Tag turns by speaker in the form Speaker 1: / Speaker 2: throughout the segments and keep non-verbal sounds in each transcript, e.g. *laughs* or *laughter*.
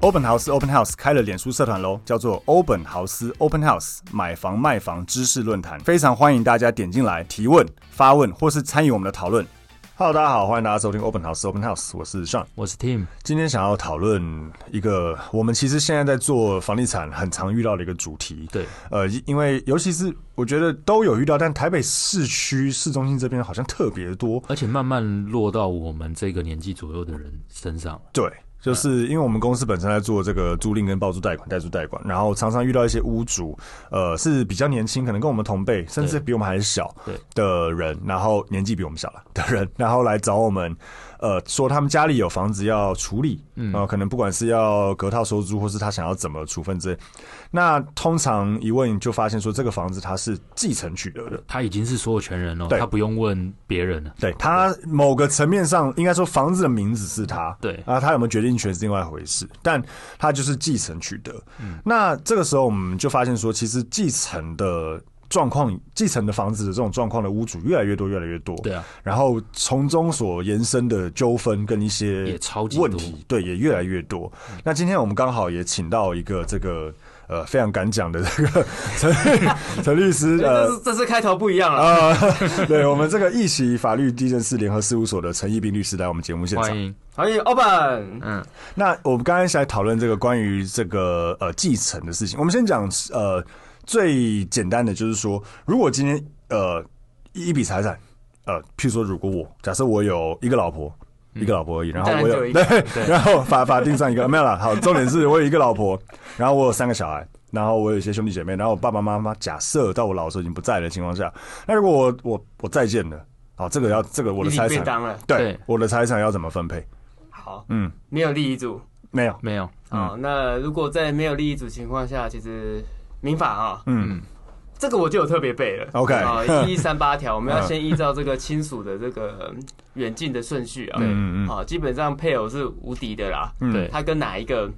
Speaker 1: 欧本豪斯 Open House 开了脸书社团喽，叫做欧本豪斯 Open House 买房卖房知识论坛，非常欢迎大家点进来提问、发问或是参与我们的讨论。Hello，大家好，欢迎大家收听欧本豪斯 Open House，我是 Sean。
Speaker 2: 我是 Tim，
Speaker 1: 今天想要讨论一个我们其实现在在做房地产很常遇到的一个主题，
Speaker 2: 对，
Speaker 1: 呃，因因为尤其是我觉得都有遇到，但台北市区市中心这边好像特别多，
Speaker 2: 而且慢慢落到我们这个年纪左右的人身上。
Speaker 1: 对，
Speaker 2: 嗯
Speaker 1: 就是因为我们公司本身在做这个租赁跟包租贷款、代租贷款，然后常常遇到一些屋主，呃，是比较年轻，可能跟我们同辈，甚至
Speaker 2: 对
Speaker 1: 比我们还小
Speaker 2: 对
Speaker 1: 的人，然后年纪比我们小了的人，然后来找我们，呃，说他们家里有房子要处理，嗯，可能不管是要隔套收租，或是他想要怎么处分之类，那通常一问就发现说这个房子它是继承取得的，
Speaker 2: 他已经是所有权人了，
Speaker 1: 对
Speaker 2: 他不用问别人了。
Speaker 1: 对他某个层面上，应该说房子的名字是他，
Speaker 2: 对
Speaker 1: 啊，他有没有决定权是另外一回事，但他就是继承取得。
Speaker 2: 嗯
Speaker 1: 那这个时候我们就发现说，其实继承的状况，继承的房子的这种状况的屋主越来越多，越来越多，
Speaker 2: 对啊，
Speaker 1: 然后从中所延伸的纠纷跟一些
Speaker 2: 也超级多嗯
Speaker 1: 问题，对，也越来越多。那今天我们刚好也请到一个这个呃非常敢讲的这个陈陈律 *laughs* 师，呃，
Speaker 3: 这是这次开头不一样了。
Speaker 1: 啊、 *laughs* 对我们这个一起法律地震师联合事务所的陈义斌律师来我们节目现场
Speaker 2: 欢。迎，
Speaker 3: 欢迎 Open，
Speaker 2: 嗯，
Speaker 1: 那我们刚刚是来讨论这个关于这个呃继承的事情，我们先讲呃最简单的，就是说，如果今天呃一一笔财产，呃，譬如说，如果我假设我有一个老婆。一个老婆而已，然后
Speaker 3: 嗯当然
Speaker 1: 我
Speaker 3: 只有
Speaker 1: 有
Speaker 3: 一个
Speaker 1: 对，然后法法定上一个没有啦。好，重点是我有一个老婆，然后我有三个小孩，然后我有一些兄弟姐妹，然后我爸爸妈妈假设到我老的时候已经不在的情况下，那如果我我我再见了，好，这个要这 *laughs* 个我的
Speaker 3: 你
Speaker 1: 财
Speaker 3: 便
Speaker 1: 产，
Speaker 3: 当了。
Speaker 1: 对
Speaker 2: 对
Speaker 1: 我的财产要怎么分配？
Speaker 3: 好，
Speaker 1: 嗯，
Speaker 3: 没有利益组。
Speaker 1: 没有，
Speaker 2: 没有，
Speaker 3: 好，那如果在没有利益组情况下，其实民法啊，
Speaker 1: 嗯，
Speaker 3: 这个我就有特别背了。
Speaker 1: OK *laughs* 嗯
Speaker 3: 啊，一一三八条，我们要先依照这个亲属的这个嗯远近的顺序啊。
Speaker 2: 对
Speaker 1: 嗯嗯嗯
Speaker 3: 好，基本上配偶是无敌的啦。
Speaker 1: 嗯，
Speaker 2: 对
Speaker 3: 他跟哪一个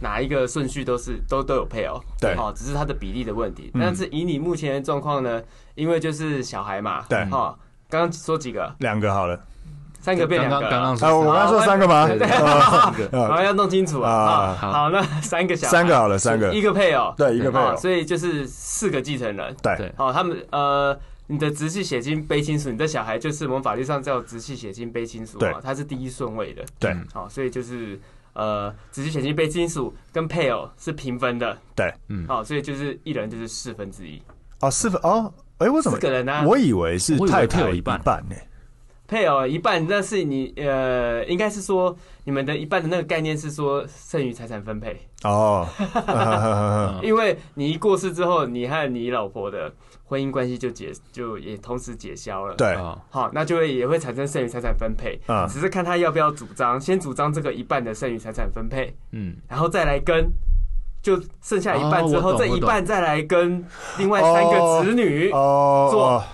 Speaker 3: 哪一个顺序都是都都有配偶，
Speaker 1: 对
Speaker 3: 哦，只是它的比例的问题。
Speaker 1: 嗯
Speaker 3: 但是以你目前的状况呢，因为就是小孩嘛，
Speaker 1: 对
Speaker 3: 哦，刚刚说几个，
Speaker 1: 两个好了。
Speaker 3: 三个变
Speaker 2: 刚
Speaker 3: 两
Speaker 2: 刚
Speaker 3: 个，
Speaker 2: 刚刚
Speaker 1: 啊，我
Speaker 2: 说
Speaker 1: 刚才说三个吗？
Speaker 2: 对对对
Speaker 1: 啊
Speaker 2: 三个，
Speaker 1: 啊
Speaker 3: 好要弄清楚啊。
Speaker 1: 啊
Speaker 3: 啊
Speaker 2: 好
Speaker 3: 好，那三个小孩，
Speaker 1: 哦三个好了，三个，
Speaker 3: 一个配偶，
Speaker 1: 对，一个配
Speaker 3: 啊
Speaker 1: 偶，
Speaker 3: 所以就是四个继承人。
Speaker 1: 对
Speaker 2: 对
Speaker 3: 好，他们呃。你的直系血亲非亲属，你的小孩就是我们法律上叫直系血亲非亲属
Speaker 1: 对
Speaker 3: 嘛，他是第一顺位的。
Speaker 1: 对
Speaker 2: 嗯
Speaker 3: 好、所以就是呃，直系血亲非亲属跟配偶是平分的，
Speaker 1: 对，
Speaker 2: 嗯
Speaker 3: 好、所以就是一人就是四分之一，
Speaker 1: 哦，四分哦，哎，我怎么
Speaker 3: 四个人啊
Speaker 1: 我以为是
Speaker 2: 我以为
Speaker 1: 太
Speaker 2: 配
Speaker 1: 太
Speaker 2: 偶一半
Speaker 1: 呢，
Speaker 3: 配偶一半，但是你呃，应该是说你们的一半的那个概念是说剩余财产分配，
Speaker 1: 哦，啊哈哈哈
Speaker 2: 嗯
Speaker 3: 因为你一过世之后，你和你老婆的婚姻关系就解就也同时解消了。。
Speaker 1: *laughs* 对，
Speaker 2: 啊，
Speaker 3: 好，那就会也会产生剩余财产分配，
Speaker 1: 嗯
Speaker 3: 只是看他要不要主张，先主张这个一半的剩余财产分配，
Speaker 2: 嗯，
Speaker 3: 然后再来跟就剩下一半
Speaker 2: 哦
Speaker 3: 之
Speaker 2: 我
Speaker 3: 后，
Speaker 2: 懂
Speaker 3: 这
Speaker 2: 我
Speaker 3: 一
Speaker 2: 懂
Speaker 3: 半再来跟另外三个子女，
Speaker 1: 哦，
Speaker 3: 做
Speaker 1: 哦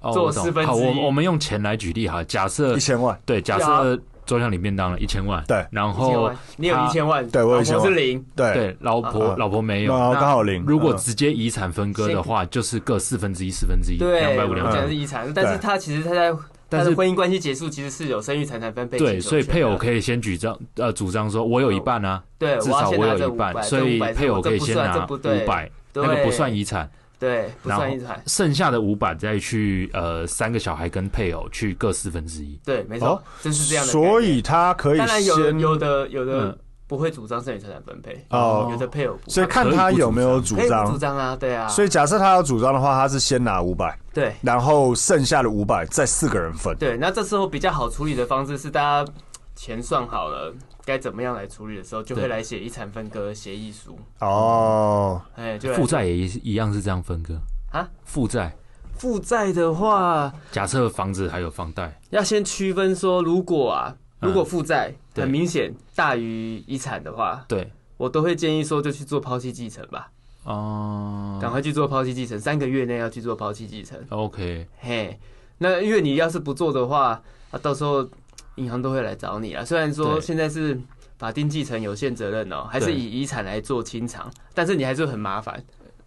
Speaker 2: 哦，
Speaker 3: 做
Speaker 2: 我懂
Speaker 3: 四分之
Speaker 2: 好，
Speaker 3: 一
Speaker 2: 我我们用钱来举例哈，假设
Speaker 1: 一千万，
Speaker 2: 对，假设周向里面当了一千万，
Speaker 1: 对
Speaker 2: 然
Speaker 3: 一千
Speaker 2: 后
Speaker 3: 万，你有
Speaker 2: 哦他
Speaker 3: 一千万，
Speaker 1: 对我有
Speaker 3: 老
Speaker 1: 一千
Speaker 3: 婆
Speaker 1: 万
Speaker 3: 是零，
Speaker 1: 对，
Speaker 2: 对老婆
Speaker 1: 啊
Speaker 2: 老婆没有，
Speaker 1: 那刚好零
Speaker 2: 如果
Speaker 1: 嗯
Speaker 2: 直接遗产分割的话，就是各四分之一，四分之一，
Speaker 3: 对，
Speaker 2: 两百五，
Speaker 3: 我
Speaker 1: 嗯
Speaker 2: 两
Speaker 3: 们
Speaker 2: 百
Speaker 3: 讲的
Speaker 2: 五
Speaker 3: 是。遗产，但
Speaker 1: 对
Speaker 3: 是他其实他在他
Speaker 2: 但是
Speaker 3: 的婚姻关系结束，其实是有生育财产分配
Speaker 2: 对，
Speaker 3: 请求
Speaker 2: 所以
Speaker 3: 权的，
Speaker 2: 配偶可以先举张呃主张说，我有一半啊，
Speaker 3: 对，
Speaker 2: 至
Speaker 3: 我要
Speaker 2: 少
Speaker 3: 先
Speaker 2: 我
Speaker 3: 拿这
Speaker 2: 有
Speaker 3: 五
Speaker 2: 一
Speaker 3: 百，
Speaker 2: 半，所以
Speaker 3: 这500
Speaker 2: 配偶
Speaker 3: 这
Speaker 2: 可以
Speaker 3: 不
Speaker 2: 先
Speaker 3: 算
Speaker 2: 拿
Speaker 3: 这不
Speaker 2: 五
Speaker 3: 对，
Speaker 2: 百，
Speaker 3: 对
Speaker 2: 那个不算遗产，
Speaker 3: 对，不
Speaker 2: 然后
Speaker 3: 算遗产，
Speaker 2: 剩下的五百再去呃三个小孩跟配偶去各四分之一。
Speaker 3: 对，没
Speaker 1: 哦
Speaker 3: 错，真是这样的概念。
Speaker 1: 所以他可以
Speaker 3: 当然有
Speaker 1: 先，
Speaker 3: 有的有的
Speaker 2: 嗯
Speaker 3: 不会主张剩余财产分配，
Speaker 1: 哦
Speaker 3: 有的配偶不
Speaker 1: 所以
Speaker 3: 会，
Speaker 1: 看他有没有主
Speaker 3: 可以不主
Speaker 1: 张。
Speaker 3: 张啊，对啊，
Speaker 1: 所以假设他要主张的话，他是先拿五百，
Speaker 3: 对
Speaker 1: 然后剩下的五百再四个人分。
Speaker 3: 对，那这时候比较好处理的方式是大家钱算好了，该怎么样来处理的时候，就会
Speaker 2: 对
Speaker 3: 来写遗产分割协议书，
Speaker 1: 哦，
Speaker 3: 哎，就来
Speaker 2: 负债也一一样是这样分割
Speaker 3: 啊。
Speaker 2: 负债，
Speaker 3: 负债的话，
Speaker 2: 假设房子还有房贷，
Speaker 3: 要先区分说，如果啊，
Speaker 2: 嗯
Speaker 3: 如果负债
Speaker 2: 对
Speaker 3: 很明显大于遗产的话，
Speaker 2: 对，
Speaker 3: 我都会建议说就去做抛弃继承吧，
Speaker 2: 哦、
Speaker 3: 赶快去做抛弃继承，三个月内要去做抛弃继承。
Speaker 2: o k
Speaker 3: 嘿，那因为你要是不做的话，啊，到时候银行都会来找你啊。虽然说
Speaker 2: 对
Speaker 3: 现在是法定继承有限责任哦，还是
Speaker 2: 对
Speaker 3: 以遗产来做清偿，但是你还是会很麻烦，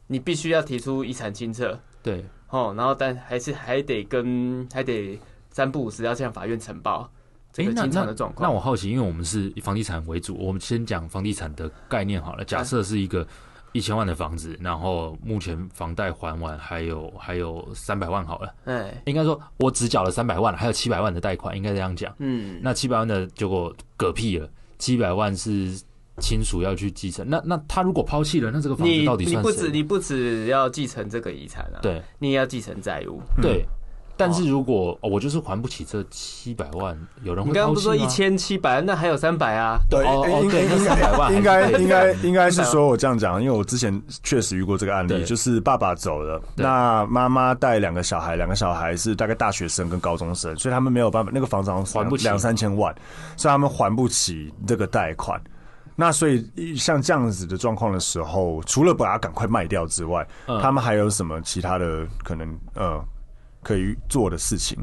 Speaker 3: 你必须要提出遗产清册
Speaker 2: 对，
Speaker 3: 哦，然后但还是还得跟还得三不五时要向法院呈报这个
Speaker 2: 诶那
Speaker 3: 清偿的状况。
Speaker 2: 那我好奇，因为我们是以房地产为主，我们先讲房地产的概念
Speaker 3: 啊
Speaker 2: 好了。假设是一个一千万的房子，然后目前房贷还完还有还有三百万好了，
Speaker 3: 哎，
Speaker 2: 应该说我只缴了三百万，还有七百万的贷款，应该这样讲。
Speaker 3: 嗯，
Speaker 2: 那七百万的结果嗝屁了，七百万是亲属要去继承。那那他如果抛弃了，那这个房子
Speaker 3: 你
Speaker 2: 到底
Speaker 3: 你
Speaker 2: 算
Speaker 3: 不
Speaker 2: 谁
Speaker 3: 止你不止要继承这个遗产啊，，
Speaker 2: 对
Speaker 3: 你也要继承债务。
Speaker 2: 对。
Speaker 1: 嗯
Speaker 2: 但是如果、哦我就是还不起这七百万，有人
Speaker 3: 你
Speaker 2: 会
Speaker 3: 刚刚
Speaker 2: 抛
Speaker 3: 不
Speaker 2: 弃
Speaker 3: 是说一
Speaker 2: 吗？
Speaker 3: 千七百，那还有三百啊？
Speaker 1: 对，
Speaker 2: 哦哦
Speaker 1: 应
Speaker 2: 对
Speaker 1: 应
Speaker 2: 那
Speaker 1: 应
Speaker 2: 300
Speaker 1: *laughs*
Speaker 2: 万
Speaker 1: 应该
Speaker 2: *laughs* 还是
Speaker 1: 应该应该是
Speaker 3: 300
Speaker 1: 说我这样讲，因为我之前确实遇过这个案例，
Speaker 2: 对
Speaker 1: 就是爸爸走了，
Speaker 2: 对
Speaker 1: 那妈妈带两个小孩，两个小孩是大概大学生跟高中生，所以他们没有办法，那个房子好像是
Speaker 2: 还不起
Speaker 1: 两三千万，所以他们还不起这个贷款。那所以像这样子的状况的时候，除了把它赶快卖掉之外，
Speaker 2: 嗯
Speaker 1: 他们还有什么其他的可能呃可以做的事情？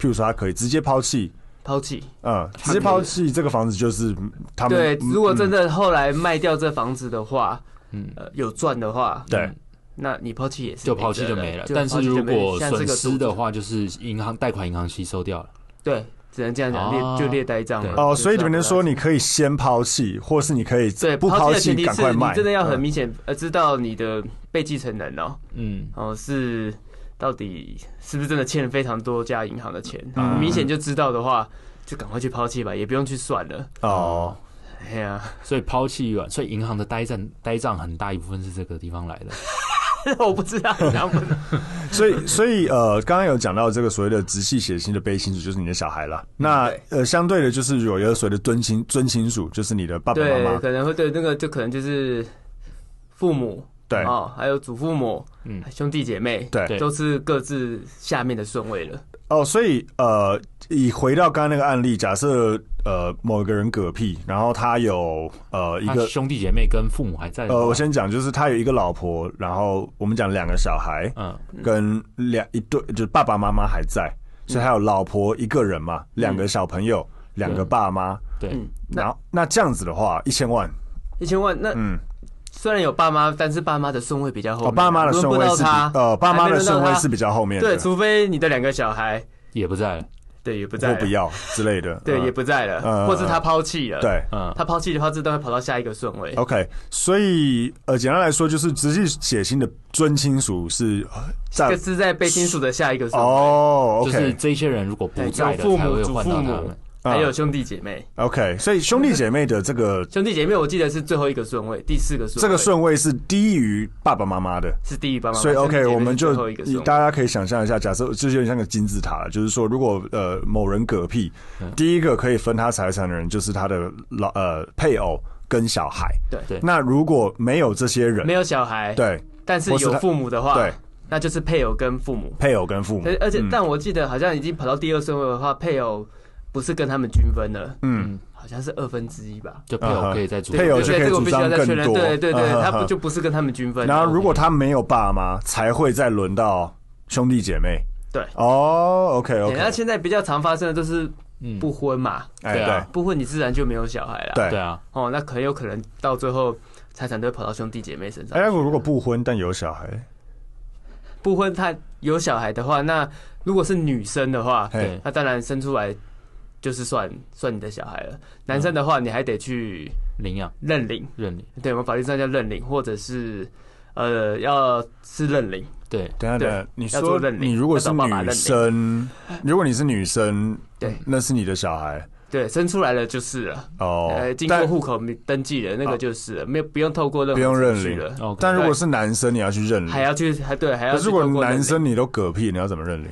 Speaker 1: 譬如说，他可以直接抛弃，
Speaker 3: 抛弃。
Speaker 1: 嗯，直接抛弃这个房子，就是嗯他们
Speaker 3: 对，如果
Speaker 1: 嗯
Speaker 3: 真的后来卖掉这房子的话，
Speaker 2: 嗯
Speaker 3: 呃，有赚的话，
Speaker 1: 对，
Speaker 3: 那你抛弃也是
Speaker 2: 就抛弃就没了。但是如果损失的，话，就是银行贷款银行吸收掉了。
Speaker 3: 就对，只能这样讲，
Speaker 2: 哦
Speaker 3: 列就列呆账了。
Speaker 2: 对
Speaker 1: 哦，所以你
Speaker 3: 们
Speaker 1: 们说你可以先抛弃，或是你可以
Speaker 3: 啊对
Speaker 1: 不抛
Speaker 3: 的
Speaker 1: 弃
Speaker 3: 前提
Speaker 1: 赶
Speaker 3: 是
Speaker 1: 快
Speaker 3: 你
Speaker 1: 卖，
Speaker 3: 真的要很
Speaker 1: 嗯
Speaker 3: 明显呃知道你的被继承人哦
Speaker 2: 嗯，
Speaker 3: 哦是到底是不是真的欠了非常多家银行的钱，
Speaker 1: 嗯
Speaker 3: 明显就知道的话，就赶快去抛弃吧，也不用去算了。
Speaker 1: 哦，
Speaker 3: 哎呀， *laughs*
Speaker 2: 所以抛弃完，所以银行的呆账呆账很大一部分是这个地方来的。
Speaker 3: 我不知道，然后不
Speaker 1: 所以所以呃，刚刚有讲到这个所谓的直系血亲的卑亲属就是你的小孩啦，那
Speaker 3: 嗯对
Speaker 1: 呃相对的就是有一个所谓的尊亲尊亲属，就是你的 *laughs* 爸爸妈
Speaker 3: 对，
Speaker 1: 妈，
Speaker 3: 可能会对那个就可能就是父母
Speaker 1: 对
Speaker 3: 哦，还有祖父母、
Speaker 2: 嗯
Speaker 3: 兄弟姐妹，
Speaker 1: 对
Speaker 2: 对
Speaker 3: 都是各自下面的顺位了。
Speaker 1: 哦，所以呃，以回到刚刚那个案例，假设呃某个人嗝屁，然后他有呃一
Speaker 2: 他
Speaker 1: 个
Speaker 2: 兄弟姐妹跟父母还在的话。
Speaker 1: 呃，我先讲就是他有一个老婆，然后我们讲两个小孩，
Speaker 2: 嗯
Speaker 1: 跟两一对，就是爸爸妈妈还在，
Speaker 3: 嗯
Speaker 1: 所以还有老婆一个人嘛，两个小朋友，两个爸妈。
Speaker 2: 对
Speaker 3: 嗯，
Speaker 1: 然后那这样子的话，一千万，
Speaker 3: 一千万，那
Speaker 1: 嗯，
Speaker 3: 虽然有爸妈，但是爸妈的顺位比较后
Speaker 1: 哦，
Speaker 3: 面，
Speaker 1: 爸妈的顺位
Speaker 3: 轮不
Speaker 1: 是
Speaker 3: 到
Speaker 1: 比
Speaker 3: 他，
Speaker 1: 呃，爸妈的顺位是比较后面
Speaker 3: 对，
Speaker 1: 的，
Speaker 3: 除非你的两个小孩，
Speaker 2: 也不在了。
Speaker 3: 对，也不在
Speaker 1: 或
Speaker 3: 了，
Speaker 1: 不要之类的，
Speaker 3: 对，
Speaker 1: 嗯
Speaker 3: 也不在了，
Speaker 1: 嗯
Speaker 3: 或是他抛弃了，，
Speaker 1: 对。哦
Speaker 2: 嗯，
Speaker 3: 他抛弃的话，自动会跑到下一个顺位。
Speaker 1: OK，所以呃，简单来说就是直系血亲的尊亲属是呃
Speaker 3: 这
Speaker 1: 在
Speaker 3: 个是在被亲属的下一个顺位，
Speaker 1: 哦
Speaker 2: 就是
Speaker 1: ，OK
Speaker 2: 这些人如果不在的，
Speaker 3: 哎对有父
Speaker 2: 才会
Speaker 3: 母
Speaker 2: 换到他
Speaker 3: 祖父
Speaker 2: 们
Speaker 3: 母。
Speaker 1: 嗯
Speaker 3: 还有兄弟姐妹，
Speaker 1: OK，所以兄弟姐妹的这个
Speaker 3: 兄弟姐妹我记得是最后一个顺位，第四个顺位，
Speaker 1: 这个顺位是低于爸爸妈妈的，
Speaker 3: 是第一爸妈，
Speaker 1: 所以
Speaker 3: 兄弟姐
Speaker 1: OK，
Speaker 3: 妹
Speaker 1: 我们
Speaker 3: 是最
Speaker 1: 就
Speaker 3: 后一个
Speaker 1: 你
Speaker 3: 顺位
Speaker 1: 大家可以想象一下，假设就是有点像个金字塔，就是说，如果呃某人嗝屁，第一个可以分他财产的人就是他的老呃配偶跟小孩。
Speaker 3: 对
Speaker 2: 对
Speaker 1: 那如果没有这些人，
Speaker 3: 没有小孩，，
Speaker 1: 对
Speaker 3: 但是
Speaker 1: 或是
Speaker 3: 有
Speaker 1: 他
Speaker 3: 父母的话，
Speaker 1: 对，嗯
Speaker 3: 那就是配偶跟父母。
Speaker 1: 配偶跟父母
Speaker 3: 而，而且，但我记得好像已经跑到第二顺位的话，配偶不是跟他们均分了，
Speaker 1: 嗯，
Speaker 3: 好像是二分之一吧。
Speaker 2: 就配偶可以再组
Speaker 3: 对
Speaker 1: 啊配偶
Speaker 3: 对
Speaker 1: 就可以
Speaker 3: 这个我
Speaker 1: 主
Speaker 3: 必须要
Speaker 1: 张
Speaker 3: 再
Speaker 1: 更
Speaker 3: 确认
Speaker 1: 多
Speaker 3: 对对
Speaker 1: 嗯哼
Speaker 3: 对，他不
Speaker 1: 哼
Speaker 3: 就不是跟他们均分了。
Speaker 1: 然后如果他没有爸妈，才会再轮到兄弟姐妹。
Speaker 3: 对
Speaker 1: 哦，OK
Speaker 3: 对那
Speaker 1: OK，
Speaker 3: 现在比较常发生的都是
Speaker 2: 嗯，
Speaker 3: 不婚嘛，
Speaker 1: 哎
Speaker 2: 对啊
Speaker 3: 不婚你自然就没有小孩了。
Speaker 1: 对
Speaker 2: 对
Speaker 1: 对。
Speaker 2: 啊，
Speaker 3: 哦，那很有可能到最后财产都会跑到兄弟姐妹身上
Speaker 1: 哎，。如果不婚但有小孩，
Speaker 3: 不婚他有小孩的话，那如果是女生的话，
Speaker 1: 嘿
Speaker 2: 对，
Speaker 3: 那当然生出来就是算算你的小孩了。男生的话，你还得去
Speaker 2: 领养
Speaker 3: 认领，
Speaker 2: 认领，
Speaker 3: 对我们法律上叫认领，或者是呃要是认领，
Speaker 2: 对，
Speaker 1: 等一下等
Speaker 3: 对
Speaker 1: 一下，你
Speaker 3: 要
Speaker 1: 说
Speaker 3: 做认领
Speaker 1: 你如果是
Speaker 3: 要找爸爸
Speaker 1: 女
Speaker 3: 认
Speaker 1: 生，如果你是女生，
Speaker 3: 对
Speaker 1: 那是你的小孩
Speaker 3: 对，生出来了就是了。
Speaker 1: 哦
Speaker 3: 呃，。经过
Speaker 1: 但
Speaker 3: 户口登记的那个就是了，没有不用透过任何
Speaker 1: 不用认
Speaker 3: 程序
Speaker 1: 领
Speaker 3: 了，
Speaker 2: OK
Speaker 1: 但如果是男生，你要去认领。
Speaker 3: 还要去还对还要
Speaker 1: 可
Speaker 3: 去
Speaker 1: 是如果
Speaker 3: 透过认
Speaker 1: 男
Speaker 3: 领
Speaker 1: 生你都嗝屁，你要怎么
Speaker 3: *laughs*
Speaker 1: 认领？